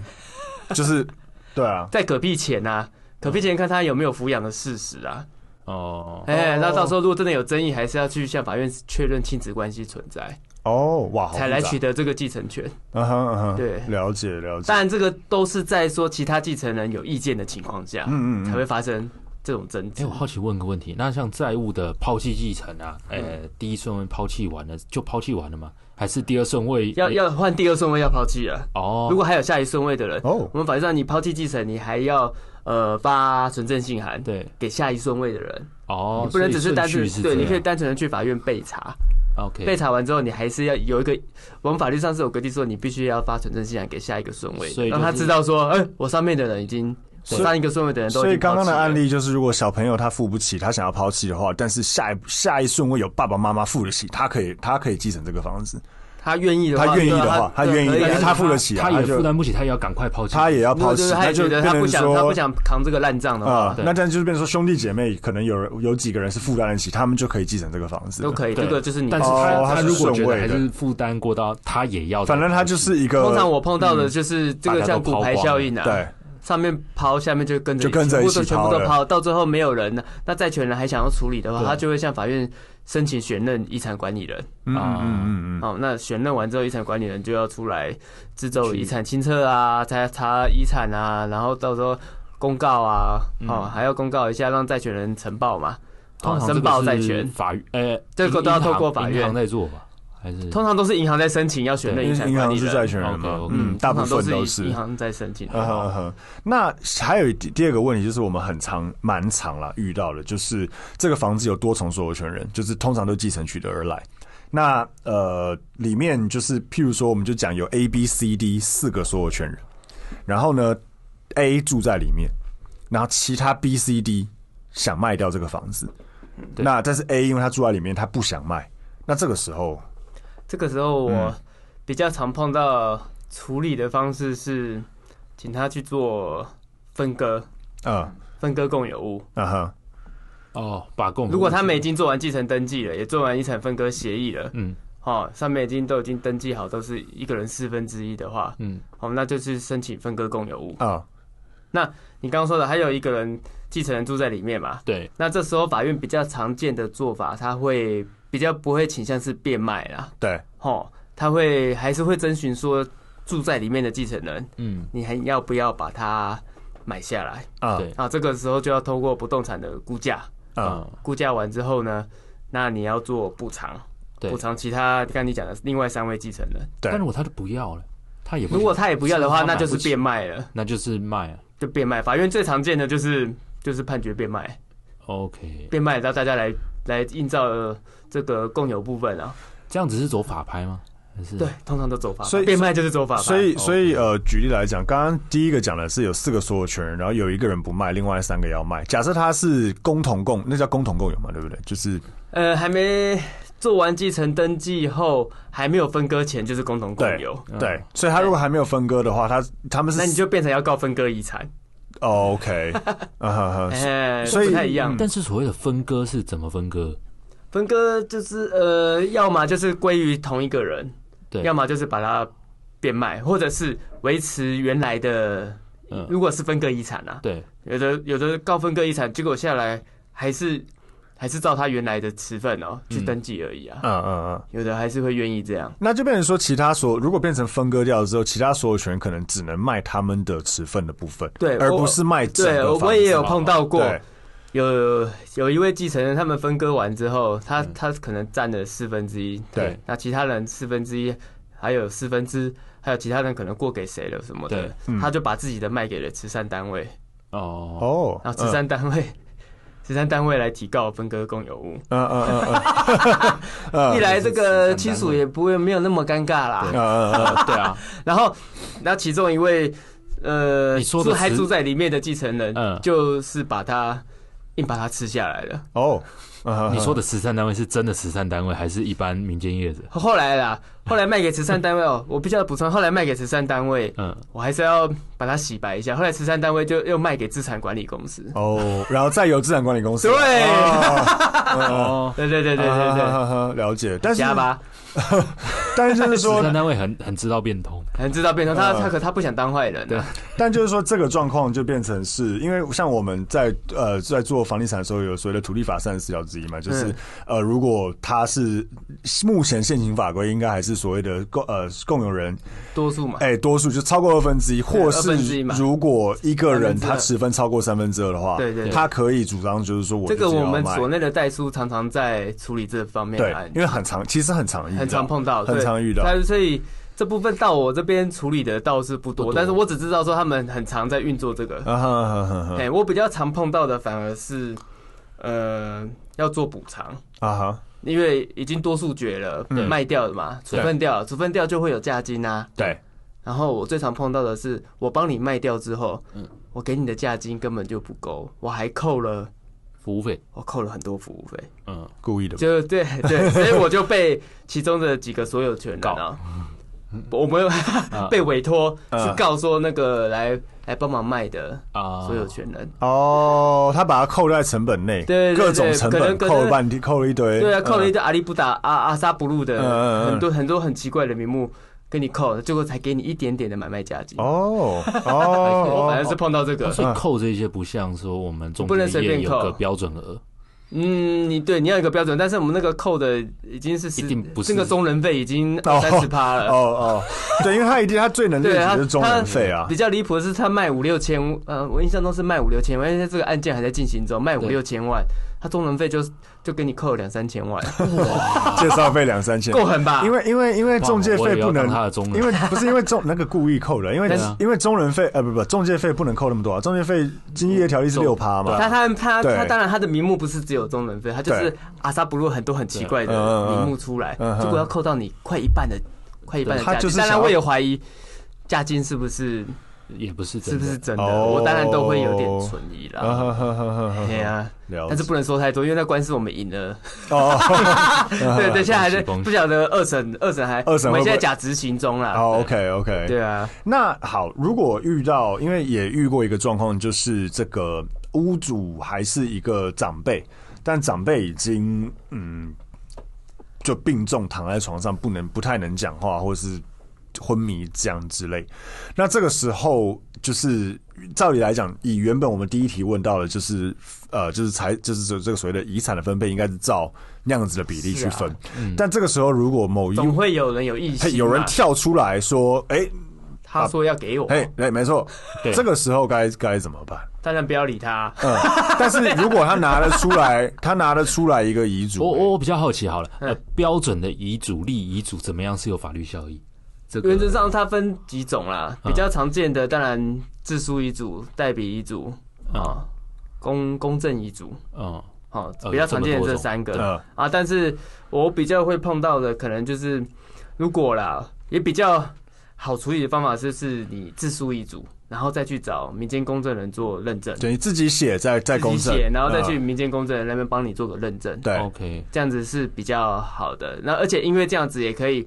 Speaker 1: 就是，对啊，
Speaker 3: 在嗝屁前啊，嗝屁前看他有没有抚养的事实啊，
Speaker 2: 哦，
Speaker 3: 哎，那
Speaker 1: 哦
Speaker 3: 到时候如果真的有争议，还是要去向法院确认亲子关系存在，
Speaker 1: 哦，哇，好
Speaker 3: 才来
Speaker 1: 复杂
Speaker 3: 取，得这个继承权。
Speaker 1: 嗯哼嗯哼，
Speaker 3: 对
Speaker 1: 了解了解
Speaker 3: 当，然，这个都是在说其他继承人有意见的情况下，
Speaker 1: 嗯嗯嗯
Speaker 3: 才会发生这种争
Speaker 2: 哎、
Speaker 3: 执
Speaker 2: 我。好奇问个问题，那像债务的抛弃继承啊，呃、
Speaker 1: 嗯
Speaker 2: 第一顺位抛弃完了就抛弃完了吗？还是第二顺位
Speaker 3: 要
Speaker 2: 哎
Speaker 3: 要换第二顺位要抛弃了，
Speaker 2: 哦？
Speaker 3: 如果还有下一顺位的人，
Speaker 1: 哦
Speaker 3: 我们法律上你抛弃继承，你还要呃发存证信函
Speaker 2: 对
Speaker 3: 给下一顺位的人，
Speaker 2: 哦，
Speaker 3: 不
Speaker 2: 所
Speaker 3: 能
Speaker 2: 以
Speaker 3: 只是
Speaker 2: 顺
Speaker 3: 单
Speaker 2: 序
Speaker 3: 纯
Speaker 2: 是
Speaker 3: 对，
Speaker 2: 这
Speaker 3: 你可以
Speaker 2: 样
Speaker 3: 单纯的去法院备查，
Speaker 2: OK
Speaker 3: 备查完之后你还是要有一个，我们法律上是有规定说你必须要发存证信函给下一个顺位的，
Speaker 2: 所以就
Speaker 3: 让他
Speaker 2: 是
Speaker 3: 知道说，哎、我上面的人已经。我
Speaker 1: 所以
Speaker 3: 上一个顺位的人都已
Speaker 1: 所以
Speaker 3: 经抛
Speaker 1: 刚刚
Speaker 3: 弃
Speaker 1: 的
Speaker 3: 了
Speaker 1: 案例就是，如果小朋友他付不起，他想要抛弃的话，但是下一下一顺位有爸爸妈妈付得起，他可以他可以继承这个房子，
Speaker 3: 他愿意的话，
Speaker 1: 他愿意
Speaker 3: 对啊
Speaker 1: 的话他愿意
Speaker 3: 对
Speaker 1: 因为
Speaker 3: 可以啊
Speaker 1: 他付得起啊
Speaker 2: 他
Speaker 1: 他
Speaker 2: 也
Speaker 1: 就
Speaker 2: 负担不起，他也要赶快抛弃，
Speaker 1: 他也要抛
Speaker 3: 如果就
Speaker 1: 弃，
Speaker 3: 是他
Speaker 1: 那
Speaker 3: 也觉
Speaker 1: 就
Speaker 3: 得
Speaker 1: 变
Speaker 3: 他不
Speaker 1: 成
Speaker 3: 想，他不
Speaker 1: 说
Speaker 3: 想扛这个烂账的
Speaker 1: 啊
Speaker 3: 话，，
Speaker 2: 对
Speaker 1: 那但就是变成说兄弟姐妹可能有人有几个人是负担得起，他们就可以继承这个房子了，
Speaker 3: 都可以。
Speaker 2: 对
Speaker 3: 这个就是你，
Speaker 2: 但是他、
Speaker 1: 哦他
Speaker 2: 他
Speaker 1: 是
Speaker 2: 如果觉
Speaker 1: 顺
Speaker 2: 得
Speaker 1: 位
Speaker 2: 还
Speaker 1: 的
Speaker 2: 是负担过到，他也要再
Speaker 1: 反正他
Speaker 2: 抛
Speaker 1: 就嗯
Speaker 2: 弃
Speaker 1: 是一个
Speaker 3: 通常我碰到的就是这
Speaker 2: 大
Speaker 3: 个
Speaker 2: 家都
Speaker 3: 像骨牌效应啊，
Speaker 1: 对，
Speaker 3: 上面抛，下面就跟着
Speaker 1: 就跟着
Speaker 3: 全
Speaker 1: 一
Speaker 3: 部
Speaker 1: 起
Speaker 3: 都全部
Speaker 1: 抛
Speaker 3: 都
Speaker 1: 了
Speaker 3: 抛，到最后没有人了。那债权人还想要处理的话，
Speaker 2: 对
Speaker 3: 他就会向法院申请选任遗产管理人。
Speaker 1: 嗯
Speaker 2: 啊
Speaker 1: 嗯嗯嗯嗯，
Speaker 3: 哦，那选任完之后，遗产管理人就要出来制作遗产清册啊，查查遗产啊，然后到时候公告啊，哦，
Speaker 1: 嗯
Speaker 3: 还要公告一下，让债权人呈报嘛，
Speaker 2: 通
Speaker 3: 哦，
Speaker 2: 常这
Speaker 3: 申
Speaker 2: 个
Speaker 3: 报
Speaker 2: 是
Speaker 3: 债权。
Speaker 2: 法院呃，
Speaker 3: 这个
Speaker 2: 银
Speaker 3: 都要
Speaker 2: 银
Speaker 3: 透
Speaker 2: 行
Speaker 3: 过法
Speaker 2: 银
Speaker 3: 院
Speaker 2: 行在做吧？还是
Speaker 3: 通常都是银行在申请要选任
Speaker 1: 因
Speaker 3: 遗
Speaker 1: 为
Speaker 3: 产
Speaker 1: 银
Speaker 3: 管
Speaker 1: 行
Speaker 3: 理
Speaker 1: 是
Speaker 3: 人，
Speaker 1: 债权人嘛，
Speaker 2: OK，OK
Speaker 1: 嗯，大部分
Speaker 3: 通常
Speaker 1: 都
Speaker 3: 都
Speaker 1: 是
Speaker 3: 银。行在申请。
Speaker 1: 嗯哼哼，那还有第第二个问题就是，我们很常蛮常啦遇到的，就是这个房子有多重所有权人，就是通常都继承取得而来。那呃，里面就是譬如说，我们就讲有 A、B、C、D 四个所有权人，然后呢，A 住在里面，然后其他 B、C、D 想卖掉这个房子，
Speaker 2: 对
Speaker 1: 那但是 A 因为他住在里面，他不想卖，那这个时候
Speaker 3: 这个时候
Speaker 1: 嗯
Speaker 3: 我比较常碰到处理的方式是，请他去做分割，
Speaker 1: 嗯
Speaker 3: 分割共有物。
Speaker 1: 嗯哼，
Speaker 2: 哦，把共
Speaker 1: 嗯
Speaker 3: 如果他们已经做完继承登记了，也做完遗产分割协议了，
Speaker 2: 嗯
Speaker 3: 哦，上面已经都已经登记好，都是一个人四分之一的话，
Speaker 2: 嗯
Speaker 3: 哦，那就是申请分割共有物。
Speaker 1: 啊
Speaker 3: 你刚刚说的还有一个人继承人住在里面嘛？
Speaker 2: 对
Speaker 3: 那这时候法院比较常见的做法，他会比较不会倾向是变卖啦，
Speaker 1: 对，
Speaker 3: 哦，他会还是会征询说住在里面的继承人，
Speaker 2: 嗯
Speaker 3: 你还要不要把它买下来
Speaker 1: 啊
Speaker 2: 对
Speaker 3: 啊？这个时候就要透过不动产的估价，
Speaker 1: 啊
Speaker 2: 嗯
Speaker 3: 估价完之后呢，那你要做补偿，
Speaker 2: 对
Speaker 3: 补，偿其他刚才你讲的另外三位继承人。
Speaker 1: 对
Speaker 2: 但如果他就不要了，他也不
Speaker 3: 如果
Speaker 2: 想
Speaker 3: 他也不要的话，
Speaker 2: 是他买
Speaker 3: 那
Speaker 2: 不
Speaker 3: 就是
Speaker 2: 起
Speaker 3: 变卖了，
Speaker 2: 那就是卖啊
Speaker 3: 就变卖。法院最常见的就是就是判决变卖，
Speaker 2: OK，
Speaker 3: 变卖让大家来来映照呃这个共有部分啊。
Speaker 2: 这样子是走法拍吗？还是
Speaker 3: 对，通常都走法拍，
Speaker 1: 所以
Speaker 3: 变卖就是走法拍。
Speaker 1: 所以，
Speaker 2: 哦
Speaker 1: 所以呃，举例来讲，刚刚第一个讲的是有四个所有权人，然后有一个人不卖，另外三个要卖。假设他是共同共，那叫共同共有嘛，对不对？就是
Speaker 3: 呃，还没做完继承登记后，还没有分割前，就是共同共
Speaker 1: 对
Speaker 3: 有。
Speaker 2: 嗯
Speaker 1: 对，所以他如果还没有分割的话，他他们是
Speaker 3: 那你就变成要告分割遗产，
Speaker 1: 哦
Speaker 3: *laughs*
Speaker 1: OK，啊哈哈，
Speaker 3: 哎，
Speaker 1: 所以嗯
Speaker 3: 不太一样。
Speaker 2: 但是所谓的分割是怎么分割？
Speaker 3: 分割就是呃，要么就是归于同一个人，
Speaker 2: 对，
Speaker 3: 要么就是把它变卖，或者是维持原来的。
Speaker 2: 嗯
Speaker 3: 如果是分割遗产啊，
Speaker 2: 对
Speaker 3: 有的有的告分割遗产，结果下来还是还是照他原来的持份哦去登记而已啊。
Speaker 1: 嗯嗯嗯。
Speaker 3: 有的还是会愿意这样，
Speaker 1: 那就变成说，其他所如果变成分割掉了之后，其他所有权可能只能卖他们的持份的部分，
Speaker 3: 对
Speaker 1: 而
Speaker 3: 我
Speaker 1: 不是卖整
Speaker 3: 对
Speaker 1: 个房
Speaker 3: 我也
Speaker 1: 子
Speaker 3: 有
Speaker 1: 嘛
Speaker 3: 碰到过，
Speaker 1: 对
Speaker 3: 有有一位继承人，他们分割完之后，他他可能占了四分之一，
Speaker 1: 嗯对，
Speaker 3: 那其他人四分之一，还有四分之，还有其他人可能过给谁了什么的
Speaker 2: 对，
Speaker 1: 嗯
Speaker 3: 他就把自己的卖给了慈善单位，
Speaker 2: 哦
Speaker 1: 哦，
Speaker 3: 然后慈善单位，慈善单位来提告分割共有物，
Speaker 1: 嗯嗯嗯嗯嗯嗯，
Speaker 3: 一来
Speaker 2: 是
Speaker 3: 这个
Speaker 2: 慈善单
Speaker 3: 亲
Speaker 2: 位
Speaker 3: 属也不会没有那么尴尬啦
Speaker 2: 对，
Speaker 1: 嗯嗯
Speaker 2: 啊对
Speaker 3: *laughs*
Speaker 2: 啊，
Speaker 3: 然后，那其中一位，呃，
Speaker 2: 你说的
Speaker 3: 住还
Speaker 2: 词
Speaker 3: 住在里面的继承人，
Speaker 2: 嗯
Speaker 3: 就是把他硬把他吃下来了。
Speaker 1: 哦，嗯嗯嗯
Speaker 2: 你说的慈善单位是真的慈善单位，还是一般民间业者？
Speaker 3: 后来啦，后来卖给慈善单位哦，我必须要补充，后来卖给慈善单位，
Speaker 2: 嗯，
Speaker 3: 我还是要把它洗白一下。后来慈善单位就又卖给资产管理公司。
Speaker 1: 哦，然后再由资产管理公司。
Speaker 3: 对
Speaker 1: 哦，
Speaker 2: 哦，
Speaker 3: 对对对
Speaker 1: 对
Speaker 3: 对
Speaker 1: 啊
Speaker 3: 对对，
Speaker 1: *laughs* 了解。但是
Speaker 3: 加，吧，
Speaker 1: 但是就是
Speaker 2: 慈
Speaker 1: 说
Speaker 3: *laughs*
Speaker 2: 善，单位很很知道变通，
Speaker 3: 很知道变通，他
Speaker 1: 嗯
Speaker 3: 他可他不想当坏人啊，
Speaker 1: 但就是说，这个状况就变成是因为像我们在呃在做房地产的时候，有所谓的土地法三十四条之一嘛，就是、
Speaker 3: 嗯
Speaker 1: 呃，如果他是目前现行法规，应该还是所谓的共呃共有人，
Speaker 3: 多数嘛，
Speaker 1: 哎、多数就超过二分之一，或
Speaker 3: 二分之
Speaker 1: 是
Speaker 3: 一嘛
Speaker 1: 如果一个人
Speaker 3: 三分之二
Speaker 1: 他持分超过三分之二的话，
Speaker 3: 对对对
Speaker 1: 他可以主张就是说我
Speaker 3: 这个
Speaker 1: 就只
Speaker 3: 我
Speaker 1: 要
Speaker 3: 们
Speaker 1: 卖
Speaker 3: 所内的代书常常在处理这方面的
Speaker 1: 对
Speaker 3: 案，
Speaker 1: 因为很常其实很常遇到
Speaker 3: 很常碰到，
Speaker 1: 很
Speaker 3: 对
Speaker 1: 常遇到，
Speaker 3: 但所以这部分到我这边处理的倒是不多，
Speaker 2: 不多
Speaker 3: 但是我只知道说他们很常在运作这个。
Speaker 1: 啊哈哈哈哈
Speaker 3: 哎、我比较常碰到的反而是，呃，要做补偿，
Speaker 1: 啊哈，
Speaker 3: 因为已经多数决了，
Speaker 1: 嗯
Speaker 3: 卖掉了嘛，处
Speaker 2: 对
Speaker 3: 分掉了，处分掉就会有价金啊。
Speaker 1: 对。
Speaker 3: 然后我最常碰到的是，我帮你卖掉之后，
Speaker 2: 嗯
Speaker 3: 我给你的价金根本就不够，我还扣了，
Speaker 2: 服务费，
Speaker 3: 我扣了很多服务费，
Speaker 2: 嗯，
Speaker 1: 故意的吧，
Speaker 3: 就对对，所以我就被其中的几个所有权人啊，我们
Speaker 1: 啊
Speaker 3: 被委托
Speaker 1: 嗯
Speaker 3: 去告说那个来来帮忙卖的
Speaker 2: 啊
Speaker 3: 所有权人，
Speaker 1: 哦，他把它扣在成本内，
Speaker 3: 对对对
Speaker 1: 各种成
Speaker 3: 可
Speaker 1: 本
Speaker 3: 能可能
Speaker 1: 扣了半天，扣了一堆，
Speaker 3: 对啊，扣了一
Speaker 1: 堆，
Speaker 3: 堆阿里不达、阿阿萨布鲁
Speaker 1: 嗯嗯
Speaker 3: 的
Speaker 1: 嗯
Speaker 3: 很多很多很奇怪的名目跟你扣，最后才给你一点点的买卖价金。
Speaker 1: 哦
Speaker 3: *laughs* 哎
Speaker 1: 哦
Speaker 3: 我反正是碰到这个，
Speaker 2: 所以扣这些不像说我们中
Speaker 3: 嗯不能
Speaker 2: 介
Speaker 3: 随
Speaker 2: 业
Speaker 3: 便
Speaker 2: 有
Speaker 3: 扣
Speaker 2: 个标准额，
Speaker 3: 嗯，你对你要有一个标准，但是我们那个扣的已经是
Speaker 2: 一定不是
Speaker 3: 这个中人费已经
Speaker 1: 哦
Speaker 3: 三十趴
Speaker 1: 哦
Speaker 3: 了。
Speaker 1: 哦，对，因为他一定他最能
Speaker 3: 对
Speaker 1: 列举
Speaker 3: 他
Speaker 1: 就是中人费啊
Speaker 3: 比，较离谱的是，他卖五六千，呃，我印象中是卖五六千万，因为这个案件还在进行中，卖五
Speaker 2: 对
Speaker 3: 六千万，他中人费就就给你扣了两三
Speaker 1: *laughs*
Speaker 3: 千万，
Speaker 1: 介绍费两三千，
Speaker 3: 够狠啊吧？
Speaker 1: 因为因为因为中介费不
Speaker 2: 我也要
Speaker 1: 能
Speaker 2: 当他的中人
Speaker 1: 因为不是因为中 *laughs* 那个故意扣的，因为
Speaker 3: 但
Speaker 2: 是
Speaker 1: 因为中人费呃不不中介费不能扣那么多啊，中介费经济业条例是六趴嘛，
Speaker 3: 他他他
Speaker 1: 对
Speaker 3: 他当然他的名目不是只有中人费，他就是
Speaker 1: 对
Speaker 3: 阿萨布鲁很多很奇怪的
Speaker 1: 对嗯嗯嗯
Speaker 3: 名目出来，
Speaker 1: 嗯哼
Speaker 3: 如果要扣到你快一半的快一半的
Speaker 1: 对他
Speaker 3: 价
Speaker 1: 就
Speaker 3: 金，
Speaker 1: 是
Speaker 3: 当
Speaker 1: 想
Speaker 3: 然
Speaker 1: 要
Speaker 3: 我也怀疑价金是不是
Speaker 2: 也不是
Speaker 3: 是
Speaker 2: 真
Speaker 3: 不
Speaker 2: 的
Speaker 3: 是真的，
Speaker 1: 哦
Speaker 3: 我当然都会有点存疑
Speaker 1: 啊
Speaker 3: 啦。
Speaker 1: 哈哈哈哈哈
Speaker 3: 对呀，
Speaker 1: 了
Speaker 3: 但是
Speaker 1: 解
Speaker 3: 不能说太多，因为那官司我们赢了。
Speaker 1: 哦，
Speaker 3: *laughs* 对，
Speaker 1: *laughs*
Speaker 3: 等一下还在
Speaker 2: 恭喜
Speaker 3: 不晓得二审二审还
Speaker 1: 二审
Speaker 3: 我
Speaker 1: 会
Speaker 3: 们
Speaker 1: 不会
Speaker 3: 现在假执行中啦。
Speaker 1: 好哎
Speaker 3: 对
Speaker 1: OK OK，
Speaker 3: 对啊，
Speaker 1: 那好，如果遇到，因为也遇过一个状况，就是这个屋主还是一个长辈，但长辈已经嗯，就病重躺在床上，不能不太能讲话，或是昏迷这样之类。那这个时候，就是照理来讲，以原本我们第一题问到的，就是呃，就是财，就是这这个所谓的遗产的分配，应该是照那样子的比例去
Speaker 3: 是啊
Speaker 1: 分。但这个时候，如果某一
Speaker 3: 总会有人有意
Speaker 1: 嘿
Speaker 3: 识，啊
Speaker 1: 有人跳出来说：“哎、
Speaker 3: 他说要给我，
Speaker 1: 嘿，对，没
Speaker 3: *laughs*
Speaker 1: 错，
Speaker 2: 对
Speaker 1: 这个时候该该怎么办？
Speaker 3: 当然不要理他。
Speaker 1: 嗯，但是如果他拿得出来，他拿得出来一个遗
Speaker 3: 哦
Speaker 1: 嘱，
Speaker 2: 我我我比较好奇好了，
Speaker 3: 嗯
Speaker 2: 呃，标准的遗嘱、立遗嘱怎么样是有法律效益？这个
Speaker 3: 原则上它分几种啦，
Speaker 1: 啊
Speaker 3: 比较常见的当然自书遗嘱、代笔遗嘱啊、公公证遗嘱，
Speaker 2: 嗯，
Speaker 3: 哦，
Speaker 2: 呃
Speaker 3: 比较常见的
Speaker 2: 这么多
Speaker 3: 这
Speaker 2: 种
Speaker 3: 三个
Speaker 1: 嗯
Speaker 3: 啊。但是我比较会碰到的，可能就是如果啦，也比较好处理的方法就是你自书遗嘱，然后再去找民间公证人做认证，
Speaker 1: 等于自己写在在
Speaker 3: 自己
Speaker 1: 公证
Speaker 3: 写，，然后再去哦
Speaker 1: 嗯
Speaker 3: 民间公证人那边帮你做个认证。
Speaker 1: 对
Speaker 2: OK，
Speaker 3: 这样子是比较好的。那而且因为这样子也可以，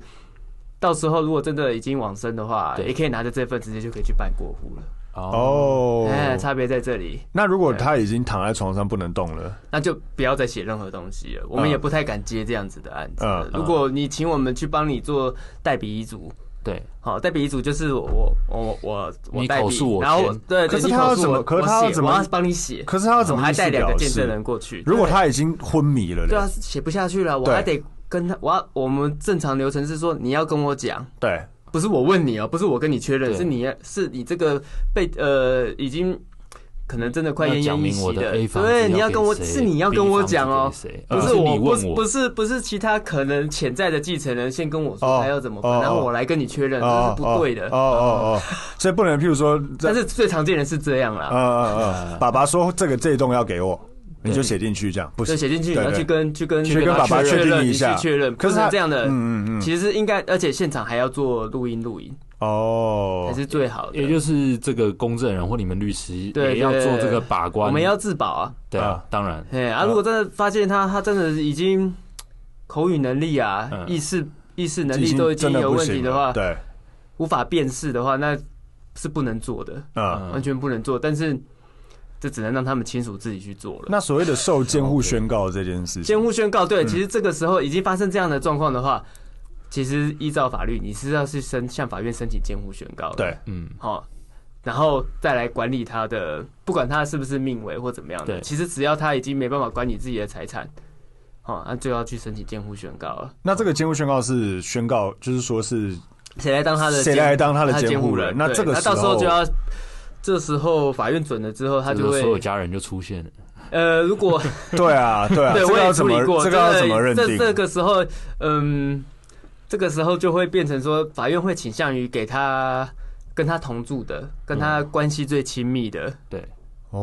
Speaker 3: 到时候如果真的已经往生的话，
Speaker 2: 对
Speaker 3: 也可以拿着这份直接就可以去办过户了。
Speaker 2: 哦，
Speaker 1: 哦。
Speaker 3: 哎，差别在这里，
Speaker 1: 那如果他已经躺在床上不能动了，
Speaker 3: 那就不要再写任何东西了。我们也不太敢接这样子的案子了
Speaker 1: 嗯。
Speaker 3: 如果你请我们去帮你做代笔遗嘱。
Speaker 2: 对，
Speaker 3: 好，代笔遗嘱就是我我我我
Speaker 2: 你
Speaker 3: 代
Speaker 2: 口
Speaker 3: 笔
Speaker 2: 述，我
Speaker 3: 然后
Speaker 2: 签
Speaker 3: 对，
Speaker 1: 可是
Speaker 3: 对你
Speaker 1: 他要
Speaker 3: 口述
Speaker 1: 怎么
Speaker 3: 我
Speaker 1: 可是
Speaker 3: 我
Speaker 1: 他要
Speaker 3: 写
Speaker 1: 怎么
Speaker 3: 我要帮你写，
Speaker 1: 可是他要怎
Speaker 3: 我
Speaker 1: 么
Speaker 3: 还
Speaker 1: 意思
Speaker 3: 带两个
Speaker 1: 表
Speaker 3: 见证
Speaker 1: 示
Speaker 3: 人过去。
Speaker 1: 如果
Speaker 3: 对
Speaker 1: 他已经昏迷了嘞，
Speaker 3: 对啊，写不下去了，我
Speaker 1: 对
Speaker 3: 还得跟他，我要我们正常流程是说你要跟我讲，
Speaker 1: 对
Speaker 3: 不是我问你哦、不是我跟你确认，
Speaker 2: 对
Speaker 3: 是你是你这个被呃已经可能真的快奄
Speaker 2: 要讲
Speaker 3: 奄一
Speaker 2: 明我
Speaker 3: 息
Speaker 2: 的
Speaker 3: 的，
Speaker 2: A 房子
Speaker 3: 对，你
Speaker 2: 要
Speaker 3: 要
Speaker 2: 给
Speaker 3: 跟我
Speaker 2: 谁
Speaker 3: 是你要跟我讲
Speaker 2: B
Speaker 3: 哦、
Speaker 2: 房子给谁
Speaker 3: 不
Speaker 2: 呃
Speaker 3: 是
Speaker 2: 是
Speaker 3: 我，
Speaker 2: 你
Speaker 3: 不
Speaker 2: 问
Speaker 3: 是
Speaker 2: 我
Speaker 3: 不是不是其他可能潜在的继承人先跟我
Speaker 1: 哦
Speaker 3: 说他要怎么分
Speaker 1: 哦，
Speaker 3: 然后
Speaker 1: 哦
Speaker 3: 我来跟你确认，这
Speaker 1: 哦
Speaker 3: 是不对的嗯
Speaker 1: 哦。哦哦，所以不能譬如说，
Speaker 3: *laughs* 但是啊最常见的是这样啦，
Speaker 1: 嗯嗯嗯，爸爸说这个这一栋要给我，你就写进去这样，不
Speaker 3: 就
Speaker 1: 行，
Speaker 3: 写进去，
Speaker 1: 对
Speaker 3: 你要
Speaker 1: 对
Speaker 3: 去跟去跟
Speaker 1: 去跟爸爸
Speaker 3: 确
Speaker 1: 确定
Speaker 3: 认
Speaker 1: 一
Speaker 3: 你
Speaker 1: 下
Speaker 3: 去确认，
Speaker 1: 可是
Speaker 3: 不能
Speaker 1: 他
Speaker 3: 这样的，
Speaker 1: 嗯嗯嗯，
Speaker 3: 其实应该，而且现场还要做录音录影，
Speaker 1: 哦
Speaker 3: 才，是最好的。
Speaker 2: 也就是这个公证人或你们律师
Speaker 3: 对
Speaker 2: 也要做这个把关，
Speaker 3: 我们要自保啊，
Speaker 2: 对啊，当然
Speaker 3: 哎啊！如果真的发现他，他真的已经口语能力啊、
Speaker 2: 嗯
Speaker 3: 意识意识能
Speaker 1: 已
Speaker 3: 力
Speaker 1: 经
Speaker 3: 都已经
Speaker 1: 真的
Speaker 3: 有
Speaker 1: 不
Speaker 3: 问题
Speaker 1: 行
Speaker 3: 的
Speaker 1: 了
Speaker 3: 话，
Speaker 1: 对，
Speaker 3: 无法辨识的话，那是不能做的，
Speaker 1: 嗯。
Speaker 2: 嗯
Speaker 3: 完全不能做。但是这只能让他们亲属自己去做了。
Speaker 1: 那所谓的受监护宣告这件事情，
Speaker 3: 监护宣告，对，其实这个时候已经发生这样的状况的话，其实依照法律，你是要去申向法院申请监护宣告的。
Speaker 1: 对，
Speaker 2: 嗯，
Speaker 3: 好、然后再来管理他的，不管他是不是命为或怎么样的，
Speaker 2: 对
Speaker 3: 其实只要他已经没办法管理自己的财产，哦，那就要去申请监护宣告了。
Speaker 1: 那这个监护宣告是宣告，就是说
Speaker 3: *laughs*
Speaker 1: 是
Speaker 3: 谁来当他的
Speaker 1: 谁
Speaker 3: 监
Speaker 1: 来当他
Speaker 3: 他
Speaker 1: 的监
Speaker 3: 监
Speaker 1: 护人？
Speaker 3: 人？
Speaker 1: 那
Speaker 3: 对
Speaker 1: 这个
Speaker 3: 他
Speaker 1: 时
Speaker 3: 到时候
Speaker 1: 候
Speaker 3: 就要，这时候法院准了之后，他
Speaker 2: 这
Speaker 3: 就
Speaker 2: 个所有
Speaker 3: 会
Speaker 2: 家人就出现了，
Speaker 3: 呃，
Speaker 1: *laughs*
Speaker 3: 如果
Speaker 1: 对啊，对啊，
Speaker 3: 对
Speaker 1: 这
Speaker 3: 我
Speaker 1: 个
Speaker 3: 也
Speaker 1: 要怎
Speaker 3: 处理过，
Speaker 1: 么这个要
Speaker 3: 这
Speaker 1: 怎么认
Speaker 3: 这这
Speaker 1: 定？
Speaker 3: 个时候，嗯，这个时候就会变成说，法院会倾向于给他跟他同住的、跟他关系最亲密的
Speaker 2: 对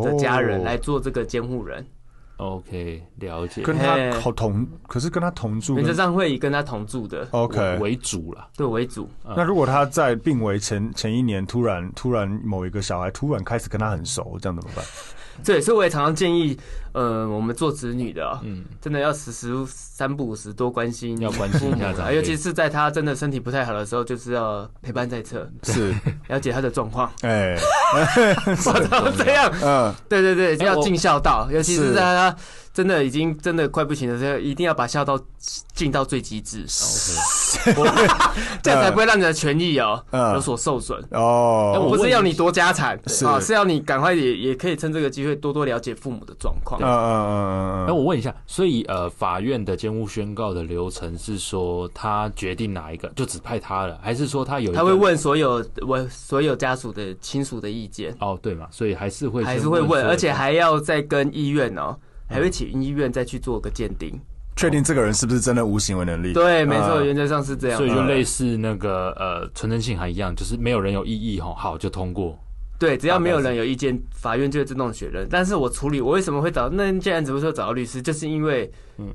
Speaker 3: 的家人来
Speaker 1: 嗯哦
Speaker 3: 做这个监护人。
Speaker 2: ，OK，了解，
Speaker 1: 跟他
Speaker 3: 嘿
Speaker 1: 好同，可是跟他同住
Speaker 3: 原则上会以跟他同住的
Speaker 2: 哦
Speaker 1: ，OK，
Speaker 2: 为主啦，
Speaker 3: 对为主，
Speaker 1: 那如果他在病危前前一年突然突然某一个小孩突然开始跟他很熟，这样怎么
Speaker 3: *laughs*
Speaker 1: 办？
Speaker 3: 对，所以我也常常建议，呃，我们做子女的、哦，
Speaker 2: 嗯，
Speaker 3: 真的要时时三不五时多关心
Speaker 2: 要关心一下长
Speaker 3: 啊，
Speaker 2: 辈，
Speaker 3: 尤其是在他真的身体不太好的时候，就是要陪伴在侧，
Speaker 1: 是，
Speaker 3: *laughs* 了解他的
Speaker 2: *laughs*
Speaker 3: 状况。
Speaker 1: 哎，
Speaker 3: 我操，这样，
Speaker 1: 嗯，
Speaker 3: 对对对，
Speaker 2: 哎
Speaker 3: 要
Speaker 2: 我
Speaker 3: 尽孝道，尤其
Speaker 1: 是
Speaker 3: 是在他真的已经真的快不行的时候，一定要把孝道尽到最极致，
Speaker 2: 哦
Speaker 3: *laughs* 这样才不会让你的权益哦
Speaker 1: 嗯
Speaker 3: 有所受损。
Speaker 1: 哦，
Speaker 2: 哎我
Speaker 3: 不
Speaker 2: 问
Speaker 3: 是
Speaker 2: 你
Speaker 3: 要你多家产
Speaker 1: 是
Speaker 3: 啊，是要你赶快也也可以趁这个机会多多了解父母的状况
Speaker 1: 嗯。嗯
Speaker 2: 啊
Speaker 1: 嗯嗯
Speaker 3: 哎
Speaker 2: 那
Speaker 1: 嗯，
Speaker 2: 我问一下，所以呃，法院的监护宣告的流程是说，他决定哪一个就指派他了，还是说他有一个
Speaker 3: 他会问所有我所有家属的亲属的意见，
Speaker 2: 哦，对嘛，所以还是会
Speaker 3: 还
Speaker 2: 先
Speaker 3: 是会
Speaker 2: 所有嗯
Speaker 3: 问，
Speaker 2: 的
Speaker 3: 而且还要再跟医院哦，还会请医院再去做个鉴定。
Speaker 1: 确定这个人是不是真的无行为能力？
Speaker 3: 对，没错，
Speaker 1: 嗯
Speaker 3: 原则上是这样
Speaker 2: 啊所以
Speaker 3: 的。
Speaker 2: 就类似那个呃纯正信函一样，就是没有人有异议哈，好就通过。
Speaker 3: 对，只要没有人有意见，法院就会自动确认。但是我处理，我为什么会找那既然只会说找到律师，就是因为